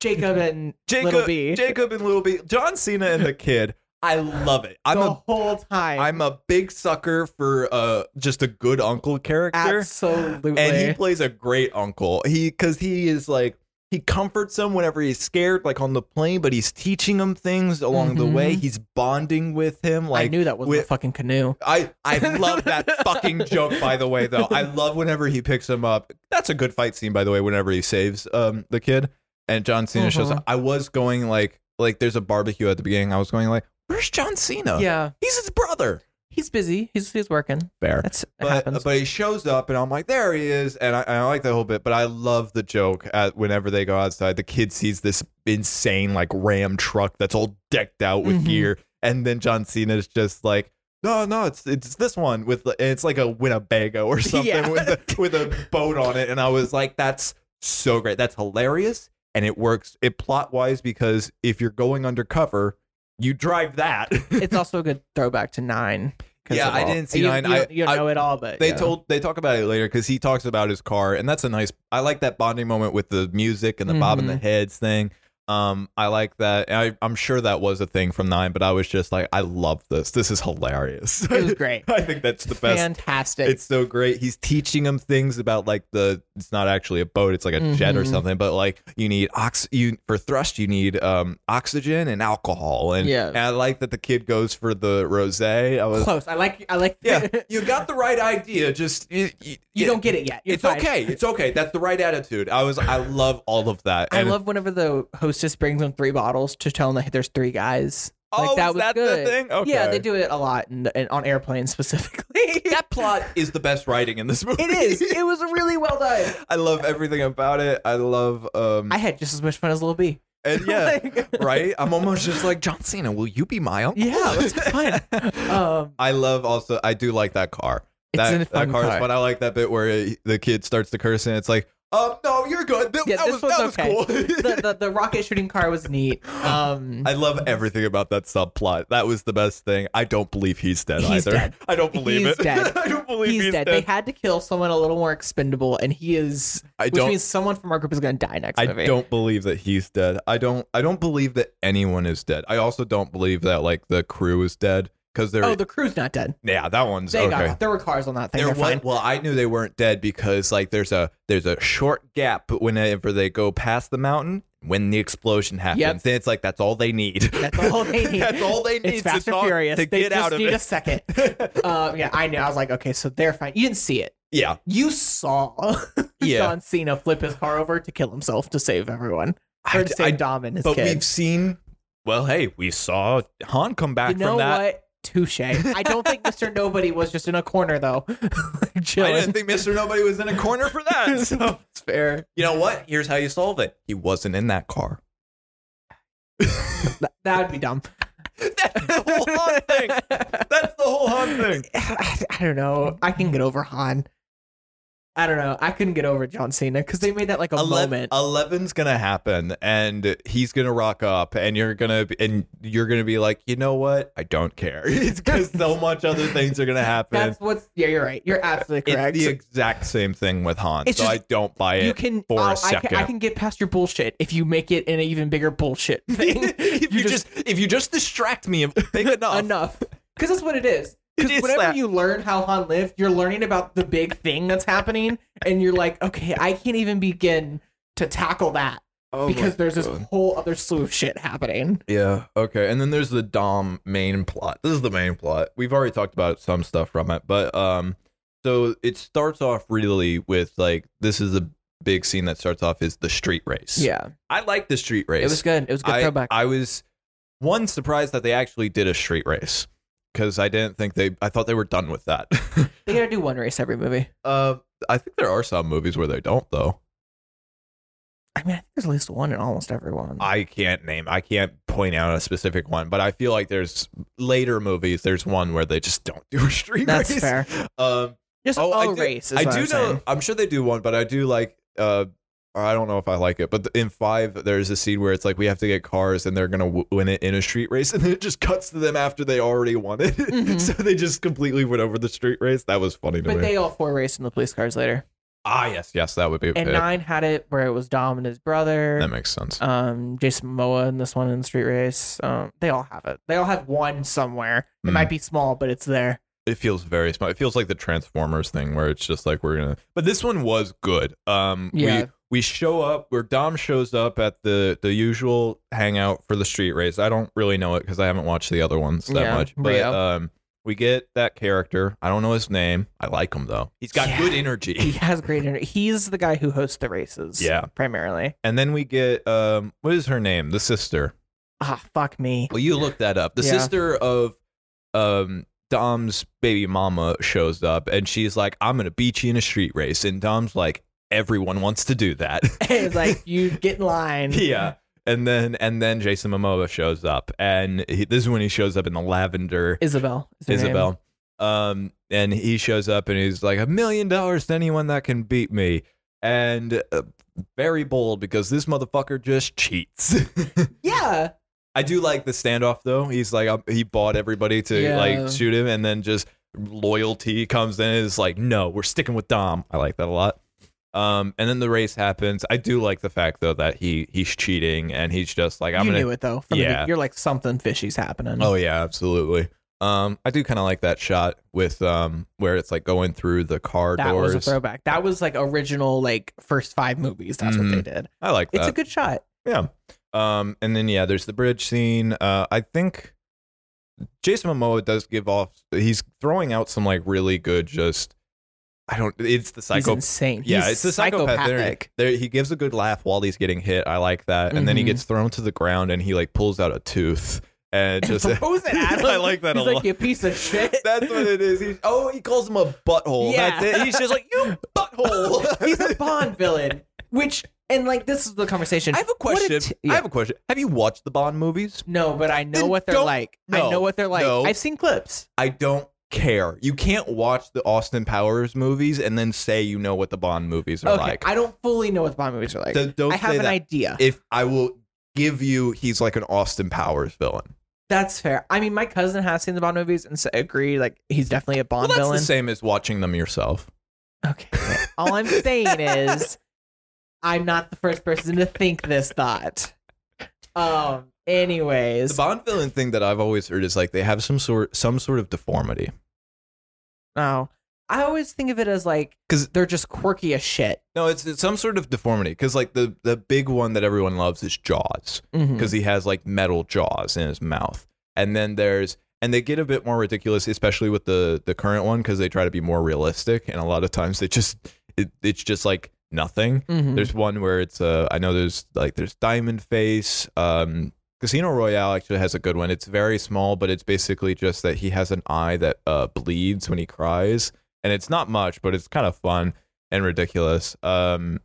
Jacob and
Jacob
Little B.
Jacob and Little B, John Cena and the kid. I love it. I'm
the
a
whole time.
I'm a big sucker for uh just a good uncle character.
absolutely.
And he plays a great uncle. He cuz he is like he comforts him whenever he's scared like on the plane, but he's teaching him things along the way.
Mhm.
He's bonding with him like
I knew that was
with-
a fucking canoe.
I, I love that fucking joke, by the way, though. I love whenever he picks him up. That's a good fight scene, by the way, whenever he saves um the kid. And John Cena shows
Mhm.
up. I was going like like there's a barbecue at the beginning. I was going like, Where's John Cena?
Yeah,
He's his brother.
he's busy. He's he's working.
Fair.
That's it
But uh,
happens.
but he shows up and I'm like, there he is. And I, I like that whole bit, but I love the joke at whenever they go outside, the kid sees this insane like ram truck that's all decked out with
Mhm.
gear. And then John Cena's just like no, no, it's it's this one with the, and it's like a Winnebago or something
Yeah.
with a, with a boat on it, and I was like, that's so great, that's hilarious, and it works it plot wise because if you're going undercover, you drive that.
it's also a good throwback to nine. 'cause
Yeah,
of
I
all-
didn't see
you,
Nine.
You,
I-
you don't
I-
know it all, but
They
yeah.
told they talk about it later because he talks about his car, and that's a nice. I like that bonding moment with the music and the bob
Mm-hmm.
and the heads thing. Um, I like that. and I, I'm sure that was a thing from Nine, but I was just like, I love this. This is hilarious.
it was great.
I think that's the best.
Fantastic.
It's so great. He's teaching him things about like the. It's not actually a boat. It's like a jet or
Mhm.
something. But like you need ox. You for thrust you need um oxygen and alcohol. And
Yeah.
and I like that the kid goes for the rosé. I was
close. I like. I like.
yeah, you got the right idea. Just you, you,
you don't get it yet. You're
It's
fine.
okay. It's okay. That's the right attitude. I was. I love all of that.
I love whenever the hostess brings them three bottles to tell them that there's three guys.
Oh,
like, that
is
was
that
good.
the thing? Okay.
Yeah, they do it a lot in the, in, on airplanes specifically.
That plot is the best writing in this movie.
it is. It was really well done.
I love everything about it. I love. Um.
I had just as much fun as Lil B.
and yeah.
Like-
right. I'm almost just like John Cena. Will you be my uncle?
Yeah, let's have fun. Um,
I love also. I do like that car.
It's
that,
a fun
that car,
car.
But I like that bit where it, the kid starts to curse and it's like, "Um, no, you're good. That,
Yeah,
that
this
was that was
one's
cool."
the, the the rocket shooting car was neat. Um,
I love everything about that subplot. That was the best thing. I don't believe he's dead
He's
either.
dead.
I don't believe
He's
it.
dead.
I don't believe
he's,
he's,
dead. They had to kill someone a little more expendable, and he is,
I
which
don't.
means someone from our group is going to die next
I
movie.
don't believe that he's dead. I don't. I don't believe that anyone is dead. I also don't believe that like the crew is dead because they're.
oh, the crew's not dead.
yeah, that one's
They
okay.
got there were cars on that thing.
There
They're
was,
fine.
well, I knew they weren't dead because like there's a there's a short gap whenever they go past the mountain when the explosion happens. Then it's like that's all they need.
That's all they need.
that's all they need.
It's Fast
to,
and
talk-
Furious.
to
they
get
just
out of
need a
it.
second. Um, yeah, I knew. I was like, okay, so they're fine. You didn't see it.
yeah,
You saw
Yeah.
John Cena flip his car over to kill himself to save everyone.
I
Or
d-
to
I
save Dom and his
but
kid.
we've seen. Well, hey, we saw Han come back
you know
from that.
what? Touche. I don't think Mr. Nobody was just in a corner though.
I didn't
Chilling.
think Mister Nobody was in a corner for that. So
It's fair.
you know what? Here's how you solve it. He wasn't in that car.
Th- That would be dumb.
That's the whole Han thing. That's the whole Han thing.
I, I don't know. I can get over Han. I don't know. I couldn't get over John Cena because they made that like a moment.
11's gonna happen and he's gonna rock up and you're gonna and you're gonna be like you know what i don't care it's because so much other things are gonna happen
That's what's yeah. You're right. You're absolutely correct.
it's the exact same thing with han
It's
so
just-
i don't buy
you
it
can
for a
I'll- I
second.
Can, I can get past your bullshit if you make it an even bigger bullshit thing.
if you,
you
just,
just-
if you just distract me big enough,
enough because that's what it is.
It
Because
is
whenever
that.
you learn how Han lived, you're learning about the big thing that's happening, and you're like, okay, I can't even begin to tackle that
Oh
because there's this whole other slew of shit happening.
Yeah. Okay. And then there's the Dom main plot. This is the main plot. We've already talked about some stuff from it, but um, so it starts off really with like this is a big scene that starts off is the street race.
Yeah,
I like the street race.
it was good. It was a good
I,
throwback.
I was one surprised that they actually did a street race because I didn't think they. I thought they were done with that.
they gotta do one race every movie.
uh, I think there are some movies where they don't though.
I mean, I think there's at least one in almost every one.
I can't name, I can't point out a specific one, but I feel like there's later movies. There's one where they just don't do a street
That's
race.
fair.
Um,
Just
Oh,
a
I do-
race. Is
I
what
do
I'm
know.
saying.
I'm sure they do one, but I do like. Uh, or I don't know if I like it, but th- in five, there's a scene where it's like we have to get cars, and they're gonna w- win it in a street race, and then it just cuts to them after they already won it,
Mhm.
so they just completely went over the street race. That was funny to
But
me.
they all four raced in the police cars later.
ah, yes, yes, that would be.
And
it.
nine had it where it was Dom and his brother.
that makes sense.
um Jason Momoa in this one in the street race. Um, they all have it. They all have one somewhere. It
Mm.
might be small, but it's there.
It feels very small. It feels like the Transformers thing where it's just like we're gonna. But this one was good. Um,
Yeah.
we we show up where Dom shows up at the the usual hangout for the street race. I don't really know it because I haven't watched the other ones that
Yeah,
much. But
Rio.
um, we get that character. I don't know his name. I like him though. He's got
Yeah.
good
He
energy.
has great energy. He's the guy who hosts the races.
Yeah.
primarily.
And then we get um, what is her name? The sister.
Ah, fuck me.
Well, you look that up. The
Yeah.
sister of um, Dom's baby mama shows up and she's like, I'm going to beat you in a street race. And Dom's like, everyone wants to do that.
it's like you get in line.
yeah. And then and then Jason Momoa shows up. And he, this is when he shows up in the lavender
Isabel. is her name.
Isabel. Um, and he shows up and he's like, a million dollars to anyone that can beat me. And uh, very bold because this motherfucker just cheats.
Yeah.
I do like the standoff though. He's like um, he bought everybody to
Yeah.
like shoot him, and then just loyalty comes in. and Is like, no, we're sticking with Dom. I like that a lot. Um, and then the race happens. I do like the fact though that he he's cheating and he's just like, I'm
you
gonna.
knew it though. From
Yeah.
the, be- you're like something fishy's happening.
Oh yeah, absolutely. Um, I do kind of like that shot with um where it's like going through the car
that
doors.
was a throwback. That was like original like first five movies. That's
Mhm.
what they did.
I like that.
It's a good shot.
Yeah. Um, and then yeah, there's the bridge scene. Uh, I think Jason Momoa does give off. He's throwing out some like really good. Just I don't. It's the
He's
psycho.
insane.
Yeah,
He's
it's the psychopath. There,
psychopathic.
there, he gives a good laugh while he's getting hit. I like that. And then he
Mhm.
gets thrown to the ground, and he like pulls out a tooth and
And
just.
throws it at him.
I like that
He's
a
like
lot.
you piece of shit.
That's what it is. He's, oh, he calls him a butthole.
Yeah.
That's it. He's just like you butthole.
He's a Bond villain, which and like this is the conversation.
I have a
What
question.
t-
I
yeah.
have a question. Have you watched the Bond movies?
no, but I know
Then
what they're
don't-
like.
no,
I know what they're like.
no.
I've seen clips.
I don't care. You can't watch the Austin Powers movies and then say you know what the Bond movies are
okay,
like.
I don't fully know what the Bond movies are like.
So don't
I have
say
an
that.
idea.
If I will give you, he's like an Austin Powers villain.
that's fair. I mean, my cousin has seen the Bond movies and so agree. Like he's definitely a
Well,
Bond
that's
villain.
the same as watching them yourself.
Okay. All I'm saying is, I'm not the first person to think this thought.
The
Um. Anyways.
Bond villain thing that I've always heard is like they have some sort some sort of deformity.
oh. I always think of it as like
'Cause-
they're just quirky as shit.
No, it's, it's some sort of deformity because like the the big one that everyone loves is Jaws.
Mhm.
because he has like metal jaws in his mouth. And then there's and they get a bit more ridiculous, especially with the the current one, because they try to be more realistic. And a lot of times they just it, it's just like nothing.
Mhm.
There's one where it's uh I know there's like there's Diamond Face. Um, Casino Royale actually has a good one. It's very small, but it's basically just that he has an eye that uh bleeds when he cries, and it's not much, but it's kind of fun and ridiculous. Um,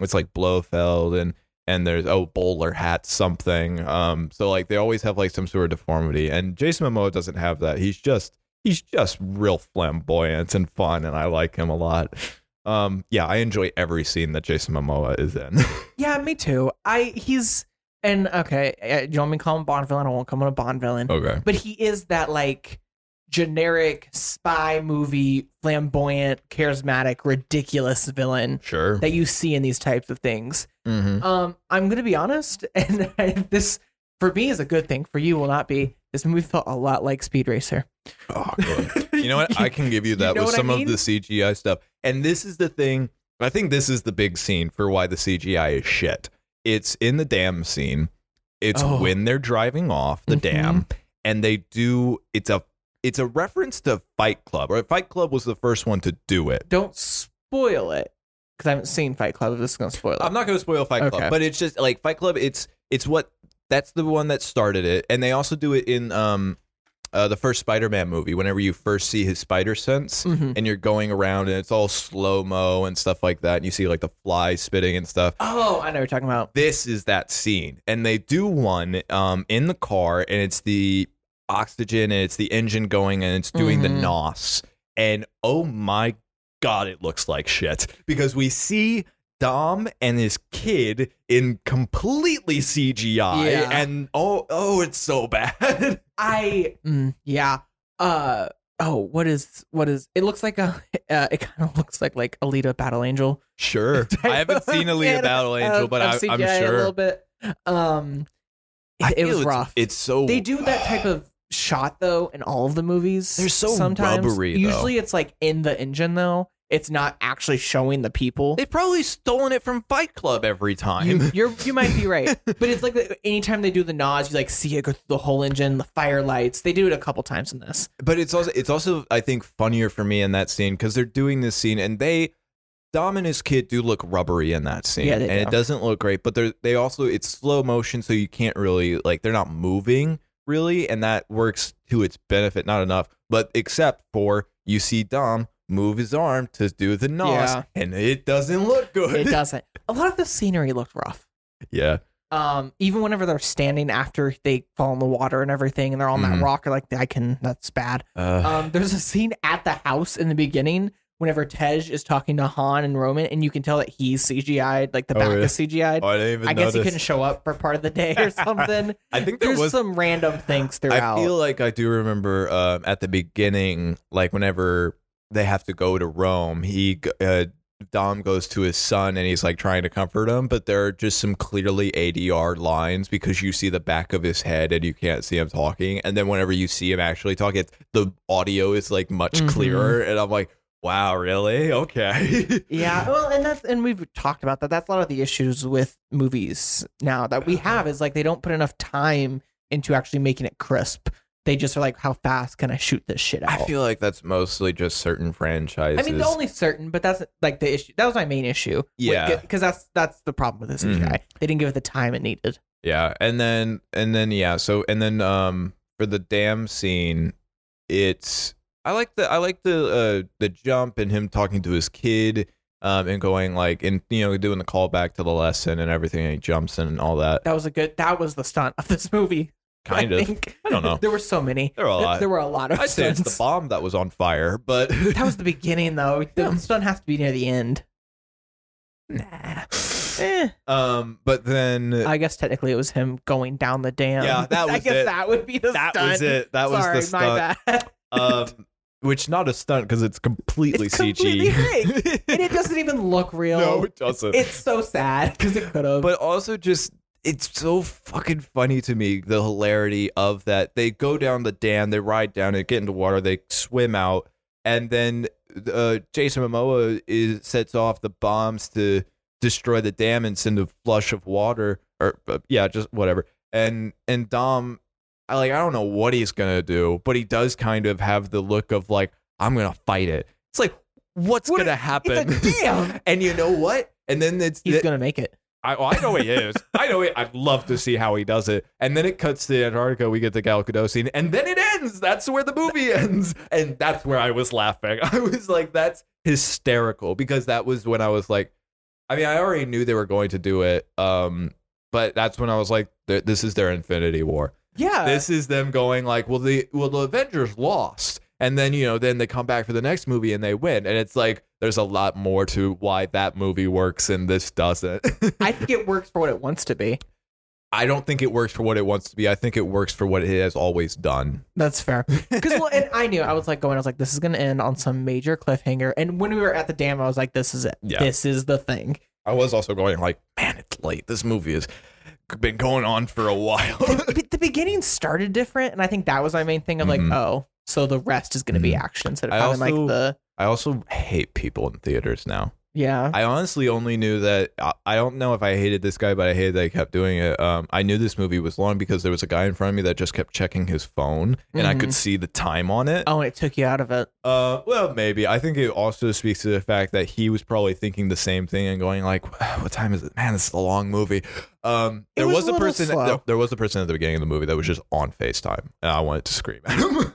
it's like Blofeld and and there's oh bowler hat something. Um, so like they always have like some sort of deformity, and Jason Momoa doesn't have that. He's just he's just real flamboyant and fun, and I like him a lot. Um, yeah, I enjoy every scene that Jason Momoa is in.
Yeah, me too. I he's and okay. uh, You want me to call him Bond villain? I won't call him a Bond villain.
okay.
But he is that like generic spy movie, flamboyant, charismatic, ridiculous villain
Sure.
that you see in these types of things.
Mm-hmm.
Um, I'm gonna be honest, and this for me is a good thing. For you, will not be. This movie felt a lot like Speed Racer.
Oh, God. You know what? I can give you that
know
with
what I
some
mean?
of the CGI stuff. And this is the thing. I think this is the big scene for why the CGI is shit. It's in the dam scene. It's
Oh.
when they're driving off the
Mhm.
dam, and they do. It's a it's a reference to Fight Club. Or Fight Club was the first one to do it.
don't spoil it because I haven't seen Fight Club. This is gonna spoil it.
I'm not going to spoil Fight Club,
Okay.
but it's just like Fight Club. It's it's what that's the one that started it, and they also do it in um uh, the first Spider-Man movie. Whenever you first see his spider sense,
Mhm.
and you're going around, and it's all slow mo and stuff like that, and you see like the fly spitting and stuff.
Oh, I know what you're talking about.
This is that scene, and they do one um in the car, and it's the oxygen, and it's the engine going, and it's doing
Mhm.
the nos, and oh my god, it looks like shit because we see Dom and his kid in completely CGI,
Yeah.
and oh, oh, it's so bad.
I mm, yeah. Uh oh, what is what is? It looks like a. Uh, it kind of looks like like Alita Battle Angel.
Sure, I haven't seen Elite
Of-
Battle Angel,
of-
but
of
I, I'm
CGI a
sure
little bit. Um,
I
it, it
feel
was
it's,
rough.
It's so
they do that type of shot though in all of the movies.
They're so
sometimes
rubbery, though.
usually it's like in the engine though. It's not actually showing the people.
They've probably stolen it from Fight Club every time.
You, you're you might be right, but it's like the- anytime they do the nods, you like see it go through the whole engine, the fire lights. They do it a couple times in this.
but it's also it's also I think funnier for me in that scene because they're doing this scene and they Dom and his kid do look rubbery in that scene,
Yeah, they
and
do.
it doesn't look great. But they're they also it's slow motion, so you can't really like they're not moving really, and that works to its benefit. Not enough, but except for you see Dom move his arm to do the nos,
Yeah.
and it doesn't look good.
It doesn't. A lot of the scenery looked rough.
Yeah,
Um, even whenever they're standing after they fall in the water and everything, and they're on that
Mhm.
rock, or like I can. That's bad.
uh,
Um, there's a scene at the house in the beginning whenever Tej is talking to Han and Roman, and you can tell that he's CGI'd, like the
Oh,
back
really?
is CGI'd.
oh, I didn't even.
I guess he
notice.
couldn't show up for part of the day or something.
I think there
There's
was
some random things throughout.
I feel like I do remember um, at the beginning, like whenever they have to go to Rome, he g- uh, Dom goes to his son and he's like trying to comfort him, but there are just some clearly ADR lines because you see the back of his head and you can't see him talking, and then whenever you see him actually talking, it's, the audio is like much
Mhm.
clearer, and I'm like, wow, really? Okay.
Yeah, well, and that's and we've talked about that. That's a lot of the issues with movies now that
Uh-huh.
we have is like they don't put enough time into actually making it crisp. They just are like, how fast can I shoot this shit out?
I feel like that's mostly just certain franchises.
I mean, the only certain, but that's like the issue. That was my main issue.
Yeah.
because that's that's the problem with this
Mm-hmm.
CGI. They didn't give it the time it needed.
Yeah, and then and then yeah, so and then um for the dam scene, it's I like the I like the uh the jump and him talking to his kid um and going like and you know doing the callback to the lesson and everything and he jumps in and all that
That was a good. That was the stunt of this movie.
kind
I
of.
think.
I don't know.
There were so many.
There are a lot.
There were a lot of.
I say it's the
stunts.
bomb that was on fire, but
That was the beginning, though. The
Yeah.
stunt has to be near the end. Nah. Eh.
um but then
I guess technically it was him going down the dam.
Yeah, that
I
was
guess
it.
that would be the
that
stunt.
was it. That
Sorry,
was the stunt.
my bad.
Um which not a stunt cuz it's completely
It's
CG.
completely fake. and it doesn't even look real.
no, it doesn't.
it's so sad because it could have.
but also just it's so fucking funny to me the hilarity of that they go down the dam they ride down it get into water they swim out and then uh, jason momoa is sets off the bombs to destroy the dam and send a flush of water or uh, yeah just whatever and and dom I, like i don't know what he's gonna do but he does kind of have the look of like i'm gonna fight it it's like what's
What-
gonna
it's
happen
a dam.
and you know what and then it's
He's
it-
gonna make it.
I, well, I know he is. I know it. I'd love to see how he does it. And then it cuts to Antarctica. We get the Gal Gadot scene, and then it ends. That's where the movie ends, and that's where I was laughing. I was like, "That's hysterical," because that was when I was like, I mean, I already knew they were going to do it, um, but that's when I was like, "Th- "This is their Infinity War.
Yeah.
This is them going like, well, the well, the Avengers lost." And then you know, then they come back for the next movie and they win, and it's like there's a lot more to why that movie works and this doesn't.
I think it works for what it wants to be.
I don't think it works for what it wants to be. I think it works for what it has always done.
That's fair. Because well, and I knew I was like going. I was like, this is gonna end on some major cliffhanger. And when we were at the dam, I was like, this is it.
Yeah.
This is the thing.
I was also going like, man, it's late. This movie has been going on for a while.
the, the- the beginning started different, and I think that was my main thing of like,
Mhm.
oh, so the rest is gonna be action instead of
Mm-hmm. I
having
also-
like the
I also hate people in theaters now.
yeah.
I honestly only knew that I- I don't know if I hated this guy, but I hated that he kept doing it. Um, I knew this movie was long because there was a guy in front of me that just kept checking his phone, and I could see the time on it.
oh, and it took you out of it.
Uh, well, maybe. I think it also speaks to the fact that he was probably thinking the same thing and going like, "What time is it? Man, this is a long movie." Um,
It
there
was
was,
a
a
little
person.
slow.
There, there was a person at the beginning of the movie that was just on Facetime, and I wanted to scream at him.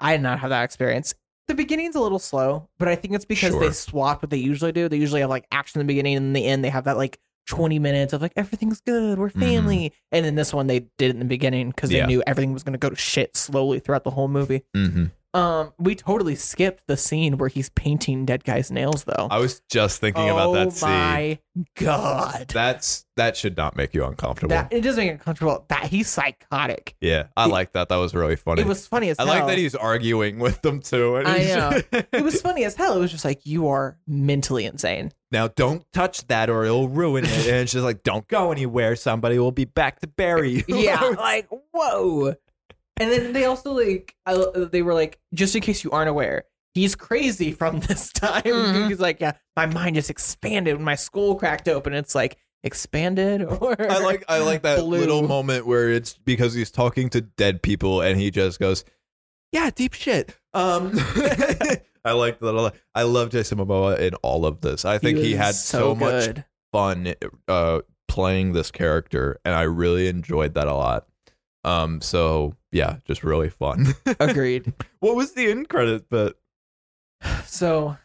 I did not have that experience. The beginning's a little slow, but I think it's because they
Sure.
swap what they usually do. They usually have like action in the beginning and in the end. They have that like 20 minutes of like everything's good, we're family. And then this one they did it in the beginning because they
Mm-hmm. Yeah.
knew everything was going to go to shit slowly throughout the whole movie.
mm-hmm.
Um, we totally skipped the scene where he's painting dead guy's nails though.
I was just thinking about
oh
that scene.
my god,
That's that should not make you uncomfortable.
that it does make it comfortable. That he's psychotic.
yeah, I
It-
like that. That was really funny.
It was funny as
I
hell.
like that he's arguing with them too. and
I
he's-
it was funny as hell. It was just like you are mentally insane.
now don't touch that or it'll ruin it. And it's just like, don't go anywhere. Somebody will be back to bury you.
yeah like whoa and then they also like I, they were like just in case you aren't aware he's crazy from this time
Mm-hmm.
Mhm.
he's like yeah my mind just expanded when my skull cracked open it's like expanded or
I like I like that
Blue.
little moment where it's because he's talking to dead people and he just goes, "Yeah, deep shit." Um, I like that. a lot. I love Jason Momoa in all of this. I think he,
was
had so, much
good.
fun uh, playing this character, and I really enjoyed that a lot. Um, so yeah, just really fun.
agreed
what was the end credit? But
so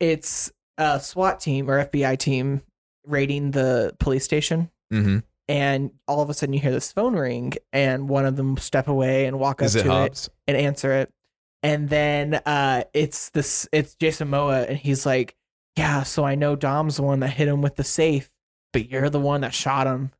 it's a swat team or fbi team raiding the police station
Mm-hmm.
and all of a sudden you hear this phone ring and one of them step away and walk up
is it
to it
Hobbs?
and answer it. And then uh, it's this it's Jason Moa and he's like, Yeah, so I know Dom's the one that hit him with the safe, but you're the one that shot him.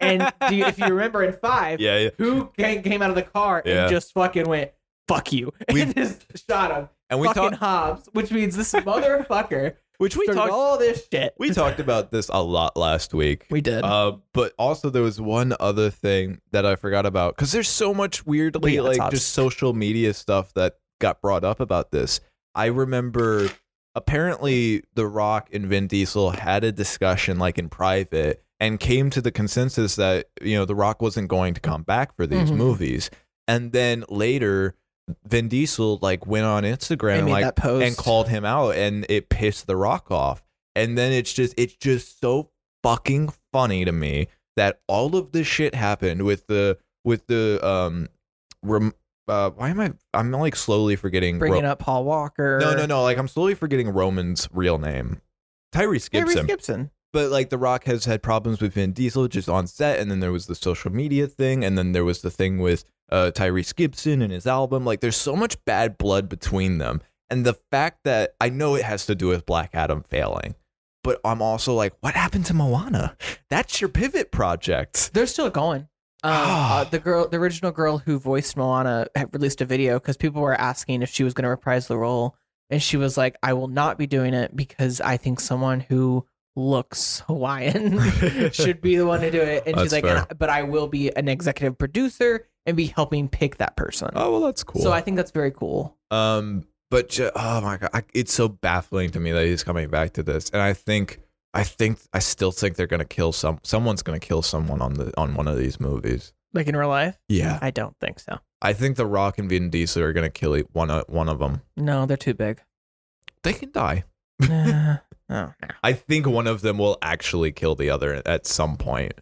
And do you, if you remember in five,
yeah, yeah,
who ca- came out of the car
Yeah.
and just fucking went, Fuck you
We-
and just shot him.
and we
fucking
talked,
Hobbs, which means this motherfucker
which we
started
talked,
all this shit.
we talked about this a lot last week.
We did.
Uh, but also there was one other thing that I forgot about because there's so much weirdly
Yeah, it's
like
odd.
just social media stuff that got brought up about this. I remember apparently The Rock and Vin Diesel had a discussion like in private and came to the consensus that you know The Rock wasn't going to come back for these
Mhm.
movies. And then later Vin Diesel like went on Instagram
I
and
made
like
that post
and called him out and it pissed the rock off and then it's just it's just so fucking funny to me that all of this shit happened with the with the um rem- uh, why am i i'm like slowly forgetting
bringing
Ro-
up Paul Walker.
no no no like i'm slowly forgetting roman's real name tyrese gibson
Gibson. Gibson.
but like the rock has had problems with vin diesel just on set and then there was the social media thing and then there was the thing with uh, tyrese gibson and his album like there's so much bad blood between them and the fact that i know it has to do with black adam failing but i'm also like what happened to moana that's your pivot project
They're still going. Um,
Ah.
uh, the girl, the original girl who voiced Moana, had released a video because people were asking if she was going to reprise the role, and she was like, "I will not be doing it because I think someone who looks Hawaiian should be the one to do it." And
That's
she's like,
fair.
"And I- "But I will be an executive producer and be helping pick that person."
oh well that's cool
So I think that's very cool.
Um, but ju- oh my god, I, it's so baffling to me that he's coming back to this, and I think, I think, I still think they're gonna kill some. Someone's gonna kill someone on the on one of these movies.
Like in real life,
Yeah,
I don't think so.
I think The Rock and Vin Diesel are gonna kill e- one o- one of them.
No, they're too big.
They can die.
Nah. oh,
I think one of them will actually kill the other at some point.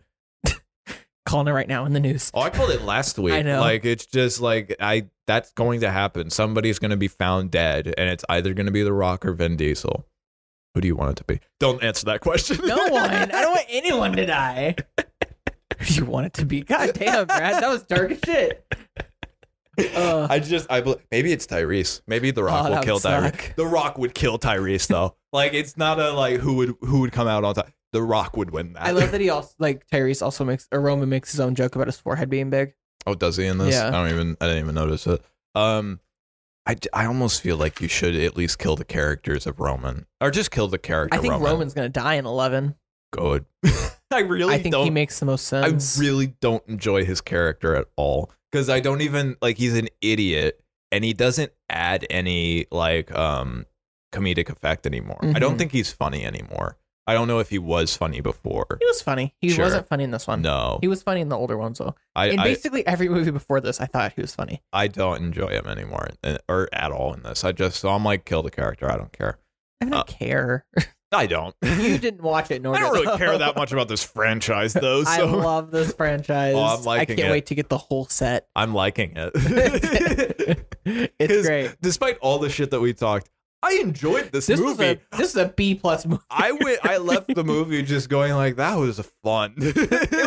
calling it right now in the news.
Oh, I called it last week.
I know.
Like it's just like I that's going to happen. Somebody's gonna be found dead, and it's either gonna be The Rock or Vin Diesel. Who do you want it to be? Don't answer that question.
No one. I don't want anyone to die. You want it to be goddamn, Brad. That was dark as shit. Ugh.
I just I bel- maybe it's Tyrese. Maybe The Rock
Uh. Oh,
will
that
kill
would
Tyrese.
suck.
The Rock would kill Tyrese though. like it's not a like who would who would come out on top. The Rock would win that.
I love that he also like Tyrese also makes or Roman makes his own joke about his forehead being big.
Oh, does he in this?
Yeah.
I don't even. I didn't even notice it. Um, I, d- I almost feel like you should at least kill the characters of Roman, or just kill the character.
I think
Roman.
Roman's gonna die in eleven.
good. I really
I think
don't.
he makes the most
I
sense.
really don't enjoy his character at all because I don't even like. He's an idiot, and he doesn't add any like um comedic effect anymore. I don't
Mhm.
think he's funny anymore. I don't know if he was funny before.
he was funny. He
Sure.
wasn't funny in this one.
No,
He was funny in the older ones though.
I,
in
I
basically every movie before this, I thought he was funny.
I don't enjoy him anymore uh, or at all in this. I just so I'm like kill the character. I don't care.
I don't
Uh,
care.
I don't.
you didn't watch it, nor
I don't
did
really care
I.
that much about this franchise though.
I
So
love this franchise.
Oh, I'm
I
liking
can't
it.
wait to get the whole set.
I'm liking it.
It's
'Cause
great.
Despite all the shit that we talked, I enjoyed this,
This was
movie.
a this is a B plus movie.
I went. I left the movie just going like that was fun.
It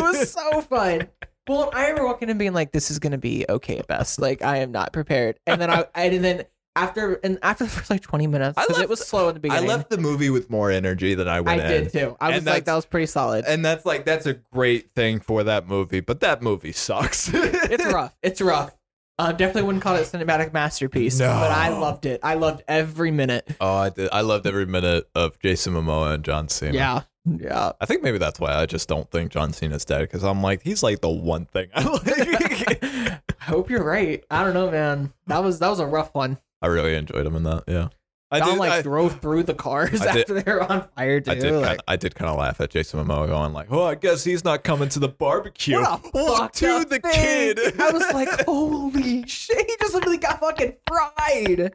was so fun. Well, I remember walking in being like, "This is gonna be okay at best." Like I am not prepared. And then I and then after and after the first like twenty minutes,
I
because
left-
it was slow in
I
the beginning.
left the movie with more energy than I
I
went in.
did too. I
And
was like,
that's-
"That was pretty solid."
And that's like that's a great thing for that movie, but that movie sucks.
It's rough. It's rough. Uh, definitely wouldn't call it a cinematic masterpiece,
No.
but I loved it. I loved every minute.
Oh, I did. I loved every minute of Jason Momoa and John Cena.
Yeah, yeah.
I think maybe that's why I just don't think John Cena's dead because I'm like he's like the one thing I like.
I hope you're right. I don't know, man. That was that was a rough one.
I really enjoyed him in that. Yeah, I
Don
did.
like
I,
drove through the cars
I did-
after they were on fire. Dude.
I did.
like,
Kinda, I did kind of laugh at Jason Momoa going like, "Oh, I guess he's not coming to the barbecue."
What a
Well,
fucked
to
up
the
thing.
kid.
I was like, holy shit! He just literally got fucking fried.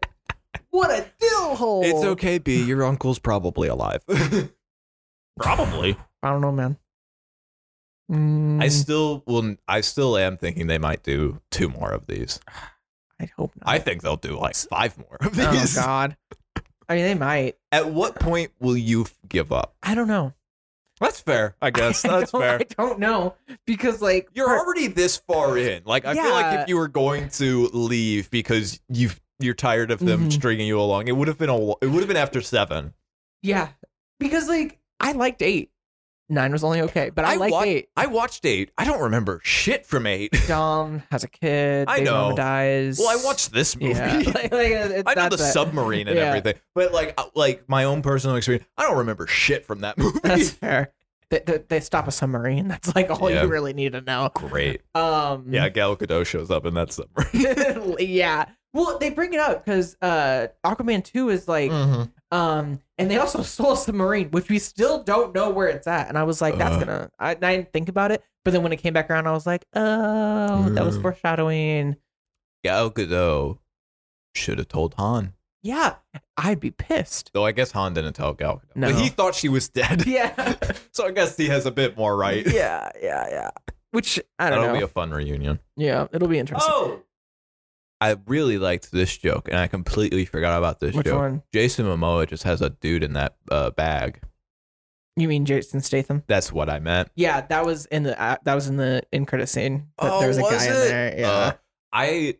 What a dill hole.
It's okay, B. Your uncle's probably alive. Mm-hmm. probably.
I don't know, man. Mm,
I still will. I still am thinking they might do two more of these.
I hope not.
I think they'll do like five more of
oh
these.
god. I mean, they might.
At what point will you f- give up?
I don't know.
That's fair. I guess
I
that's
don't-
fair.
I don't know because like
You're
part-
already this far in. Like I feel like
Yeah.
if you were going to leave because you you're tired of them
Mhm.
stringing you along, it would have been a it would have been after 7.
yeah, because like I liked eight, nine was only okay, but I,
I
liked
wa-
eight.
I watched 8. I don't remember shit from 8.
Dom has a kid.
I
baby mama
know.
dies.
well, I watched this movie.
Yeah, like, like, it-
I know the
that's it.
submarine and
Yeah.
everything. But like uh, like my own personal experience, I don't remember shit from that movie.
That's fair. They, they, they stop a submarine. That's like all
Yeah.
you really need to know.
great.
Um,
Yeah, Gal Gadot shows up in that submarine.
yeah. Well, they bring it up because uh, Aquaman two is like,
Mhm.
um, and they also stole a submarine, which we still don't know where it's at. And I was like, that's
Uh.
gonna. I, I didn't think about it, but then when it came back around, I was like, oh, that was
Mm.
foreshadowing.
Gal Gadot should have told Han.
Yeah, I'd be pissed.
Though I guess Han didn't tell Gal Gadot.
No.
But he thought she was dead.
Yeah,
so I guess he has a bit more right.
yeah, yeah, yeah. Which I don't
That'll
know.
be a fun reunion.
yeah, it'll be interesting.
Oh, I really liked this joke, and I completely forgot about this
Which
joke.
one?
Jason Momoa just has a dude in that uh, bag.
You mean Jason Statham?
That's what I meant.
Yeah, that was in the uh, that was in the in credit scene. But
Oh,
there was a
was
guy
it?
in there. Yeah.
Uh, I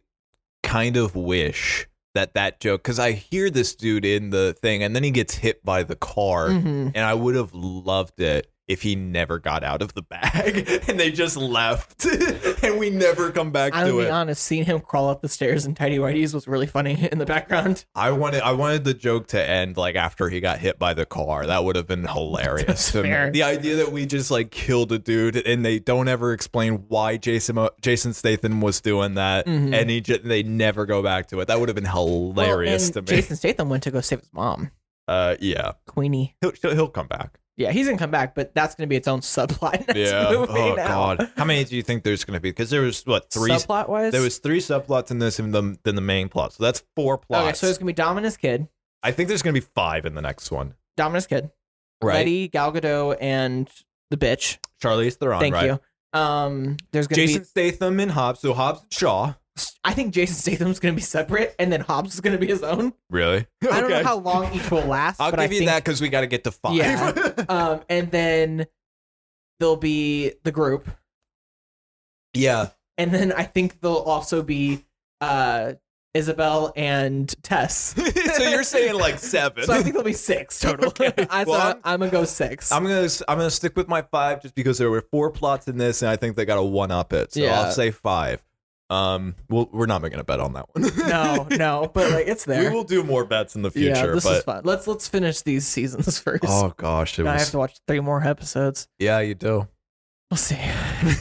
kind of wish that that joke, because I hear this dude in the thing, and then he gets hit by the car,
Mhm.
and I would have loved it if he never got out of the bag and they just left, and we never come back
I'm
to
gonna
it.
be honest, seeing him crawl up the stairs in tidy whities was really funny in the background.
I wanted I wanted the joke to end like after he got hit by the car. That would have been hilarious.
That's
to me.
fair.
The idea that we just like killed a dude and they don't ever explain why Jason Mo- Jason Statham was doing that
Mhm.
and he ju- they never go back to it. That would have been
Well,
hilarious
and
to me.
Jason Statham went to go save his mom,
uh yeah.
Queenie.
He'll he'll- he'll come back.
Yeah, he's gonna come back, but that's gonna be its own subplot. Next
Yeah.
Movie
oh
now.
god. How many do you think there's going to be? Cuz there was what, three
subplot wise.
there was three subplots in this and the, then the main plot. So that's four plots.
okay, so it's gonna be Dom and his kid,
I think there's going to be 5 in the next one.
Dom and his kid,
Right.
Letty, Gal Gadot, and the bitch.
Charlize Theron,
Thank
right?
you. Um, there's gonna
Jason Statham and Hobbs. So Hobbs and Shaw.
be. I think Jason Statham's gonna be separate, and then Hobbs is gonna be his own.
Really?
I don't know how long each will last.
I'll
but
give
I
you
think,
that because we got to get to five.
Yeah. Um, and then there'll be the group,
Yeah.
and then I think there'll also be uh, Isabel and Tess.
so you're saying like seven.
So I think there'll be six total.
Okay.
I,
Well,
am I'm gonna go six.
I'm gonna I'm gonna stick with my five just because there were four plots in this, and I think they got a one up it. So
Yeah.
I'll say five. Um, well, we're not making a bet on that one.
no, no, but like it's there.
we will do more bets in the future.
yeah, this
but
is fun. Let's let's finish these seasons first.
oh gosh, it
Now I
was
have to watch three more episodes.
yeah, you do.
We'll see.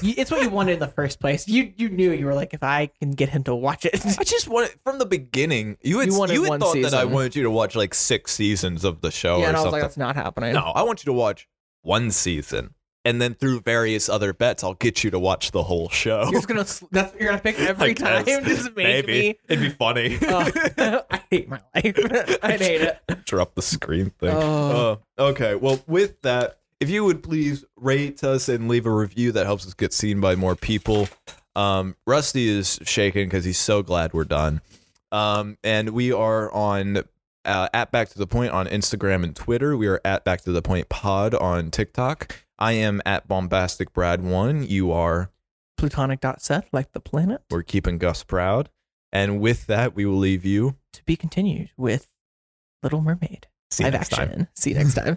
You- it's what you wanted in the first place. You you knew you were like, if I can get him to watch it,
I just wanted from the beginning. You had
You
you,
wanted
had
one
thought that I
season.
wanted you to watch like six seasons of the show Oh,
yeah,
or
and I was
something.
like, that's not happening.
no, I want you to watch one season, and then through various other bets, I'll get you to watch the whole show.
You're just gonna sl- that's what you're gonna pick
I
every time.
guess.
Just make
Maybe
me.
it'd be funny.
Oh, I hate my life. I hate it.
Drop the screen thing.
Oh.
Uh, okay. Well, with that, if you would please rate us and leave a review, that helps us get seen by more people. Um, Rusty is shaken because he's so glad we're done. Um, and we are on uh, at Back to the Point on Instagram and Twitter. We are at Back to the Point Pod on TikTok. I am at Bombastic Brad One. You are.
Plutonic dot Seth, like the planet,
We're keeping Gus proud. And with that, we will leave you.
to be continued with Little Mermaid
See you
live
next time.
action. See you next time.